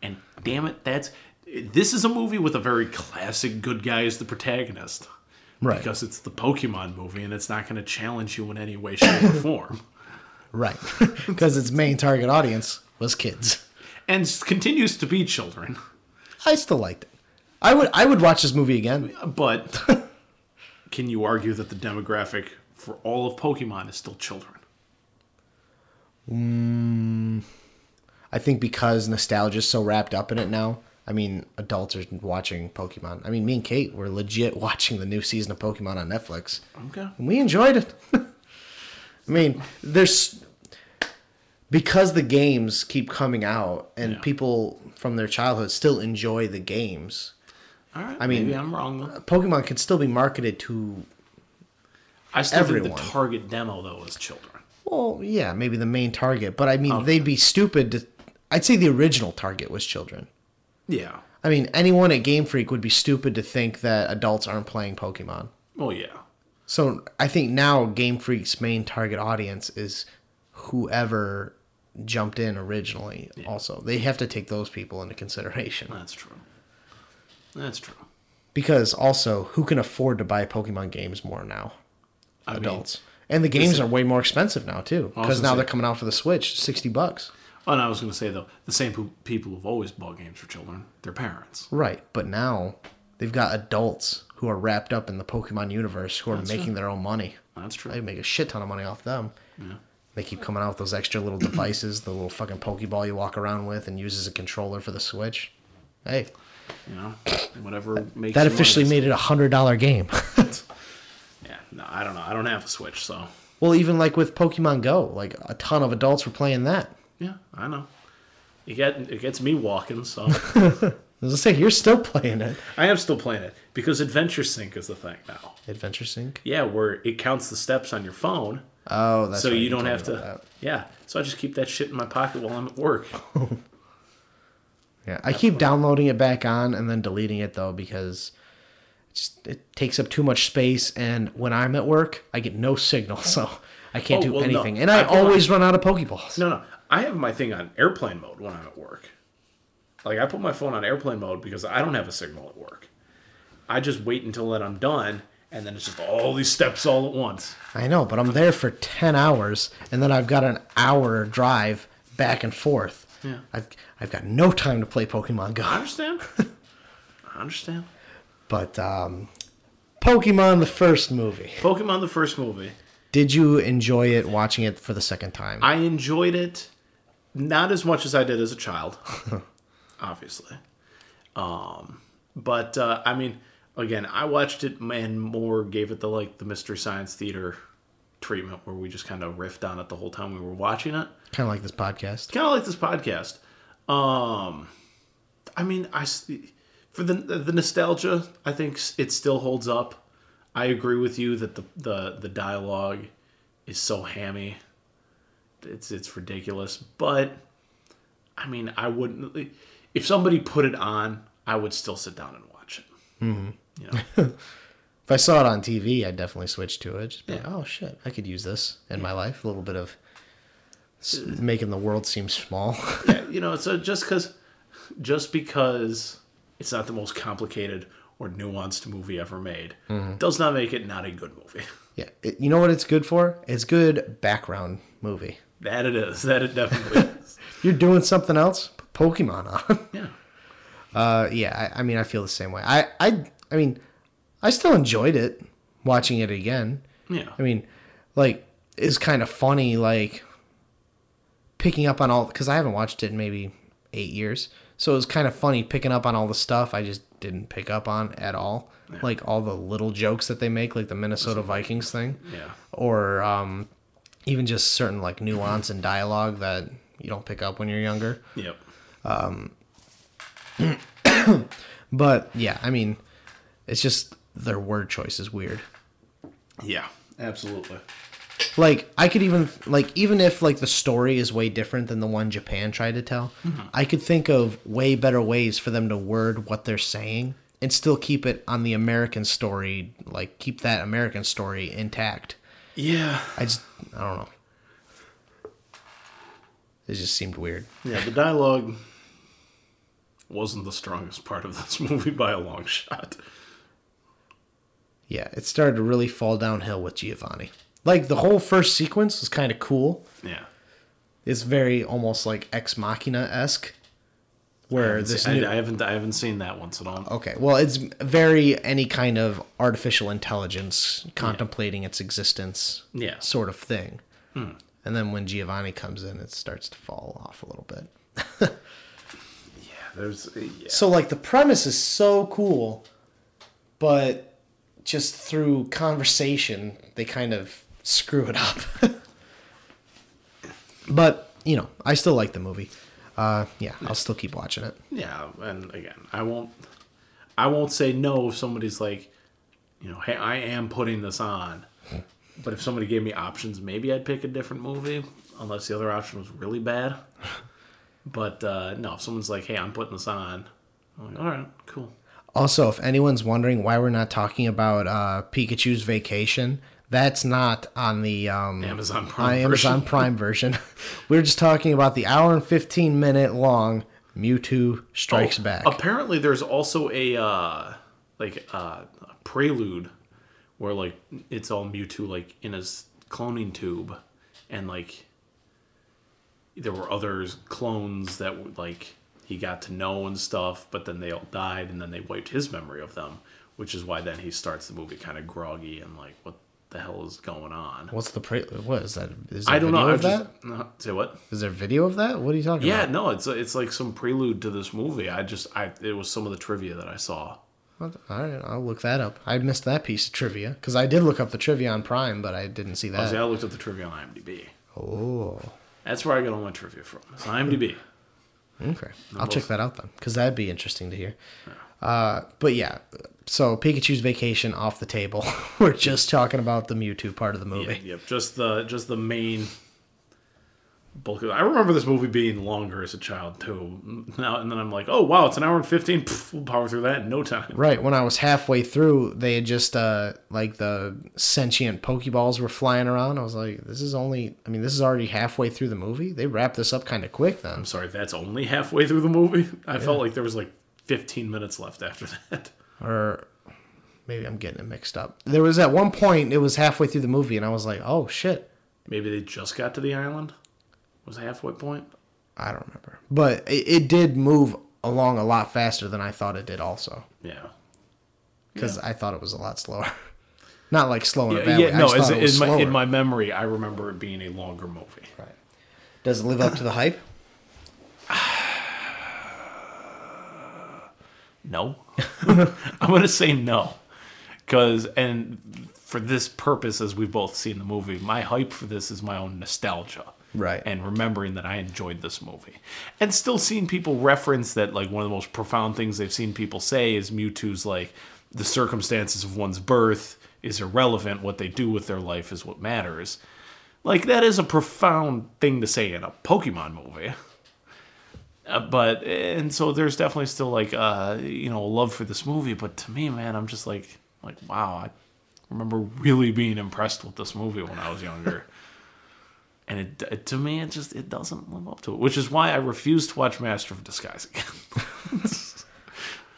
A: And damn it, that's this is a movie with a very classic good guy as the protagonist.
B: Right.
A: Because it's the Pokemon movie and it's not going to challenge you in any way, shape, or
B: [COUGHS]
A: form. [LAUGHS]
B: Right. Because its main target audience was kids.
A: And s- continues to be children.
B: I still liked it. I would I would watch this movie again. [LAUGHS]
A: But can you argue that the demographic for all of Pokemon is still children?
B: I think because nostalgia's so wrapped up in it now. I mean, adults are watching Pokemon. I mean, me and Kate were legit [LAUGHS] watching the new season of Pokemon on Netflix.
A: Okay.
B: And we enjoyed it. [LAUGHS] I mean, there's because the games keep coming out and
A: Yeah.
B: people from their childhood still enjoy the games.
A: All right.
B: I mean-
A: maybe I'm wrong though.
B: Pokemon can still be marketed to
A: I still think
B: everyone.
A: the target demo though is children.
B: Well, yeah, maybe the main target, but I mean, they'd be stupid to. I'd say the original target was children.
A: Yeah.
B: I mean, anyone at Game Freak would be stupid to think that adults aren't playing Pokemon.
A: Well, yeah.
B: So I think now Game Freak's main target audience is whoever jumped in originally. Also, they have to take those people into consideration
A: That's true. That's true.
B: because also who can afford to buy Pokemon games more now?
A: I mean,
B: Adults. and the games are way more expensive now too
A: was
B: because
A: gonna
B: now
A: say-
B: they're coming out for the Switch, 60 bucks.
A: Oh, and I was going to say though, the same po- people who've always bought games for children, their parents.
B: Right, but now they've got adults who are wrapped up in the Pokemon universe who are making their own money.
A: That's true.
B: They make a shit ton of money off them. They keep coming out with those extra [CLEARS THROAT] little devices, the little fucking Pokeball you walk around with and use as a controller for the Switch. Hey,
A: you know, whatever makes
B: that
A: you
B: officially
A: money.
B: made it a hundred dollar game. [LAUGHS]
A: Yeah, no, I don't know. I don't have a Switch, so
B: well, even like with Pokemon Go, like a ton of adults were playing that.
A: yeah, I know. It get it gets me walking,
B: [LAUGHS]
A: so
B: As I say, you're still [LAUGHS] playing it.
A: I am still playing it because Adventure Sync is the thing now.
B: Adventure Sync.
A: Yeah, where it counts the steps on your phone,
B: Oh, that's
A: so
B: right,
A: you don't
B: told me
A: have to.
B: about that.
A: Yeah, so I just keep that shit in my pocket while I'm at work.
B: Yeah, I keep downloading it back on and then deleting it though because it just it takes up too much space. And when I'm at work, I get no signal, [LAUGHS] so I can't
A: Oh,
B: do
A: well, no.
B: anything. And I,
A: I don't-
B: always run out of Pokeballs.
A: No, no, I have my thing on airplane mode when I'm at work. Like I put my phone on airplane mode because I don't have a signal at work. I just wait until that I'm done, and then it's just all these steps all at once.
B: I know, but I'm there for 10 hours and then I've got an hour drive back and forth.
A: Yeah.
B: I've, I've got no time to play Pokemon
A: I
B: Go. [LAUGHS]
A: understand. [LAUGHS] I understand.
B: But um, Pokemon, the first movie.
A: Pokemon the first movie.
B: Did you enjoy it watching it for the second time?
A: I enjoyed it not as much as I did as a child, obviously. Um, but uh, I mean, again, I watched it and more gave it the like the Mystery Science Theater treatment where we just kind of riffed on it the whole time we were watching it.
B: kind of like this podcast.
A: Kind of like this podcast. Um, I mean, I s- for the the nostalgia, I think s- it still holds up. I agree with you that the the the dialogue is so hammy. It's it's ridiculous, but I mean, I wouldn't if somebody put it on, I would still sit down and watch it. Mm-hmm. You know,
B: If I saw it on TV, I'd definitely switch to it. Just be like,
A: Yeah.
B: oh shit, I could use this in my life. A little bit of s-
A: Uh,
B: making the world seem small. [LAUGHS]
A: Yeah, you know, so just cuz just because it's not the most complicated or nuanced movie ever made does not make it not a good movie. [LAUGHS]
B: yeah, it- you know what it's good for? It's good background movie.
A: That it is. That it definitely is.
B: You're doing something else, put Pokemon on. [LAUGHS]
A: Yeah.
B: Uh, yeah, I, I mean, I feel the same way. I, I, I mean, I still enjoyed it watching it again.
A: [LAUGHS] Yeah.
B: I mean, like, it's kind of funny, like, picking up on all, because I haven't watched it in maybe eight years. So it was kind of funny picking up on all the stuff I just didn't pick up on at all. Like, all the little jokes that they make, like the Minnesota Vikings thing.
A: Yeah.
B: Or um, even just certain, like, nuance and dialogue that you don't pick up when you're younger.
A: Yep.
B: But yeah, I mean, it's just their word choice is weird.
A: Yeah. Absolutely.
B: Like I could even like even if like the story is way different than the one Japan tried to tell, I could think of way better ways for them to word what they're saying and still keep it on the American story, like keep that American story intact.
A: Yeah.
B: I just I don't know. It just seemed weird.
A: Yeah, the dialogue wasn't the strongest part of this [LAUGHS] movie by a long shot.
B: Yeah, it started to really fall downhill with Giovanni. Like the whole first sequence was kind of cool.
A: Yeah.
B: It's very almost like Ex Machina esque, where this
A: I,
B: new,
A: I haven't I haven't seen that once at all.
B: okay, well, it's very any kind of artificial intelligence contemplating its existence,
A: Yeah. Hmm.
B: sort of thing. And then when Giovanni comes in, it starts to fall off a little bit.
A: Yeah, there's yeah.
B: So like the premise is so cool, but just through conversation they kind of screw it up. [LAUGHS] but you know, I still like the movie. Uh, yeah, I'll still keep watching it.
A: Yeah, and again, I won't I won't say no if somebody's like, you know, hey, I am putting this on. But if somebody gave me options, maybe I'd pick a different movie, unless the other option was really bad. But uh, no, if someone's like, "Hey, I'm putting this on," I'm like, "All right, cool."
B: Also, if anyone's wondering why we're not talking about uh, Pikachu's Vacation, that's not on the um,
A: Amazon Prime
B: Amazon
A: version.
B: Prime version. [LAUGHS] we're just talking about the hour and fifteen minute long Mewtwo Strikes
A: Oh,
B: Back.
A: Apparently, there's also a uh, like uh, a prelude where like it's all Mewtwo like in his cloning tube, and like there were other clones that were, like he got to know and stuff, but then they all died, and then they wiped his memory of them, which is why then he starts the movie kind of groggy and like what the hell is going on.
B: What's the pre? What is that? Is there
A: I don't
B: video
A: know. I
B: Of that?
A: just no, say what?
B: Is there video of that? What are you talking
A: Yeah,
B: about?
A: no, it's it's like some prelude to this movie. I just I it was some of the trivia that I saw.
B: What the- All right, I'll look that up. I missed that piece of trivia because I did look up the trivia on Prime, but I didn't see
A: See,
B: that.
A: I looked up the trivia on IMDb.
B: Oh,
A: That's where I got all my trivia from. It's
B: [LAUGHS]
A: IMDb.
B: okay. I'll check that out then because that'd be interesting to hear. Uh, but yeah, so Pikachu's vacation off the table. [LAUGHS] We're just talking about the Mewtwo part of the movie.
A: Yeah, yep, just the just the main bulk. Of, I remember this movie being longer as a child too. Now and then I'm like, oh wow, it's an hour and fifteen. Pff, we'll power through that in no time.
B: Right when I was halfway through, they had just uh, like the sentient Pokeballs were flying around. I was like, "This is only. I mean, this is already halfway through the movie. They wrapped this up kind of quick then."
A: I'm sorry, that's only halfway [LAUGHS] through the movie. I felt like there was like 15 minutes left after that.
B: or Maybe I'm getting it mixed up. There was at one point it was halfway through the movie and I was like, "Oh shit."
A: Maybe they just got to the island. Was the halfway point?
B: I don't remember. But it, it did move along a lot faster than I thought it did also
A: Yeah.
B: cuz I thought it was a lot slower. [LAUGHS] Not like slow in a
A: Yeah,
B: bad way.
A: yeah
B: I
A: no,
B: just
A: as,
B: thought it was
A: in, my,
B: slower.
A: in my memory, I remember it being a longer movie.
B: Does it live up to the hype?
A: No. [LAUGHS] I'm going to say no. Because, and for this purpose, as we've both seen the movie, my hype for this is my own nostalgia.
B: Right.
A: And remembering that I enjoyed this movie. And still seeing people reference that, like, one of the most profound things they've seen people say is Mewtwo's, like, the circumstances of one's birth is irrelevant. What they do with their life is what matters. Like, that is a profound thing to say in a Pokemon movie. Uh, but and so there's definitely still like uh you know a love for this movie but to me man i'm just like like wow i remember really being impressed with this movie when i was younger [LAUGHS] and it, it to me it just it doesn't live up to it which is why i refuse to watch master of disguise again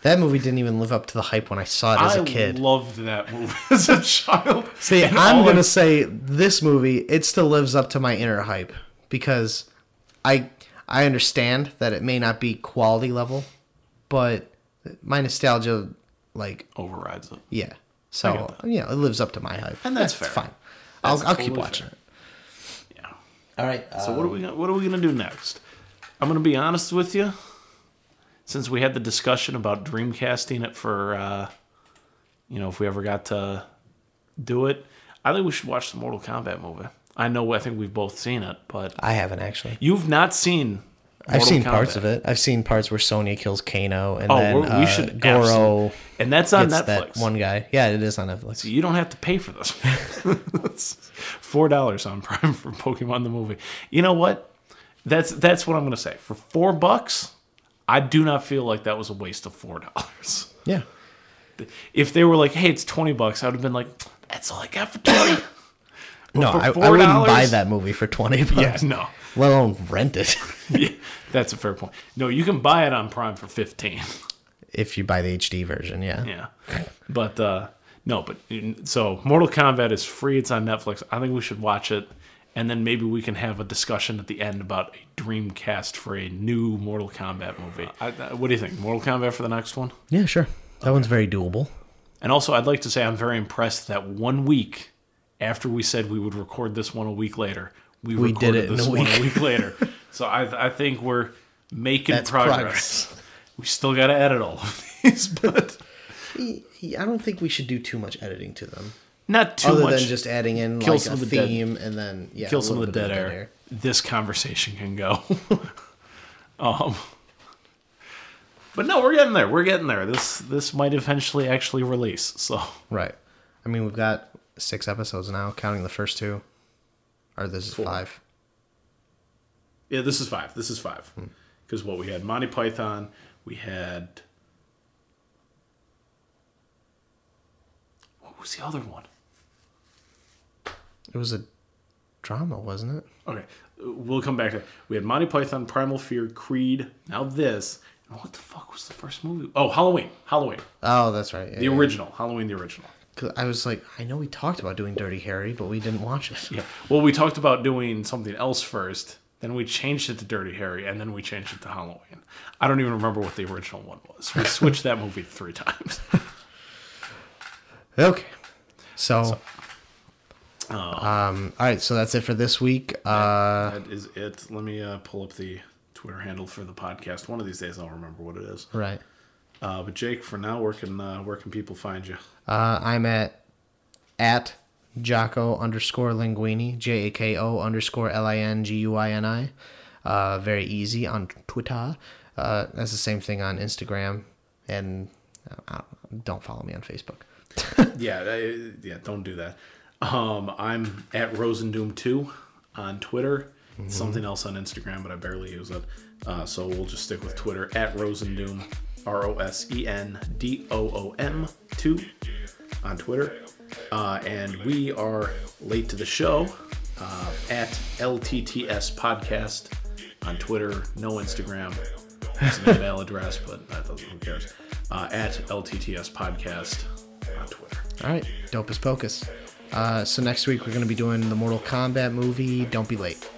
B: That movie didn't even live up to the hype when I saw it
A: [LAUGHS]
B: as
A: i
B: a kid.
A: loved that movie [LAUGHS] as a child [LAUGHS]
B: See,
A: And
B: I'm
A: all
B: gonna
A: I-
B: say this movie it still lives up to my inner hype because I I understand that it may not be quality level, but my nostalgia like
A: overrides it
B: yeah. So yeah, it lives up to my hype,
A: And that's
B: It's
A: fair.
B: Fine,
A: That's
B: I'll, I'll keep
A: totally
B: watching
A: fair. uh, yeah
B: it. All right.
A: So what are we gonna, what are we gonna do next? I'm gonna be honest with you. Since we had the discussion about dreamcasting it for, uh, you know, if we ever got to do it, I think we should watch the Mortal Kombat movie. I know I think we've both seen it, but
B: I haven't actually.
A: you've not seen.
B: I've
A: Mortal
B: seen parts
A: Kombat.
B: of it. I've seen parts where Sonya kills Kano, and
A: Oh,
B: then
A: we're- we
B: uh,
A: should
B: Goro
A: absolutely- and that's on
B: gets
A: Netflix.
B: that one guy. Yeah, it is on Netflix.
A: You don't have to pay for this. It's [LAUGHS] four dollars on Prime for Pokemon the movie. You know what? That's that's what I'm gonna say. For four bucks, I do not feel like that was a waste of four dollars.
B: Yeah.
A: If they were like, "Hey, it's twenty bucks," I would have been like, "That's all I got for 20
B: No,
A: for
B: I, I
A: $4?
B: wouldn't buy that movie for twenty
A: [LAUGHS]
B: bucks.
A: Yeah, no,
B: Let alone rent it. [LAUGHS]
A: yeah, that's a fair point. No, you can buy it on Prime for fifteen.
B: if you buy the HD version, yeah.
A: Yeah, but uh, no, but so Mortal Kombat is free. It's on Netflix. I think we should watch it, and then maybe we can have a discussion at the end about a dream cast for a new Mortal Kombat movie. I, I, what do you think? Mortal Kombat for the next one?
B: Yeah, sure. That one's very doable.
A: And also, I'd like to say I'm very impressed that one week after we said we would record this one a week later, we,
B: We did
A: recorded
B: it in
A: this
B: a
A: one
B: week.
A: a week
B: [LAUGHS]
A: later. so I, I think we're making
B: That's
A: progress. We still got to edit all of [LAUGHS] these, but
B: I don't think we should do too much editing to them,
A: not too
B: other
A: much.
B: than just adding in
A: Kill
B: like
A: some
B: a
A: of the dead-
B: theme and then yeah,
A: kill
B: a
A: some of
B: little
A: the
B: bit
A: dead air. This conversation can go. [LAUGHS] um, but no, we're getting there. We're getting there. This this might eventually actually release. So
B: Right. I mean, we've got six episodes now, counting the first two. Or this is five.
A: yeah, this is five. This is five.
B: Hmm.
A: Because what we had Monty Python, we had what was the other one?
B: It was a drama, wasn't it?
A: Okay, uh, we'll come back to that. We had Monty Python, Primal Fear, Creed. Now this. And what the fuck was the first movie? Oh, Halloween. Halloween.
B: Oh, that's right. Yeah,
A: The
B: yeah.
A: original. Halloween. The original.
B: 'Cause I was like, I know we talked about doing Dirty Harry, but we didn't watch it.
A: Yeah. Well, we talked about doing something else first. Then we changed it to Dirty Harry, and then we changed it to Halloween. I don't even remember what the original one was. We switched that movie three [LAUGHS] times.
B: Okay. So,
A: oh.
B: um, all right. So that's it for this week. Uh,
A: that is it. Let me uh, pull up the Twitter handle for the podcast. One of these days, I'll remember what it is.
B: right.
A: Uh, but Jake, for now, where can uh, where can people find you?
B: Uh, I'm at at Jocko underscore Linguini, J A K O underscore L I N G U I N I. Uh, very easy on Twitter. Uh, that's the same thing on Instagram, and uh, I don't, don't follow me on Facebook.
A: yeah, I- yeah. Don't do that. Um, I'm at Rosendoom two on Twitter. Something else on Instagram, but I barely use it. Uh, so we'll just stick with Twitter at Rosendoom, R O S E N D O O M two on Twitter. Uh, and we are late to the show uh, at LTTS Podcast on Twitter. No Instagram. It's an email address, but that doesn't. Who cares? Uh, at LTTS Podcast on Twitter.
B: All right, dope as pocus. Uh, so next week we're going to be doing the Mortal Kombat movie. Don't be late.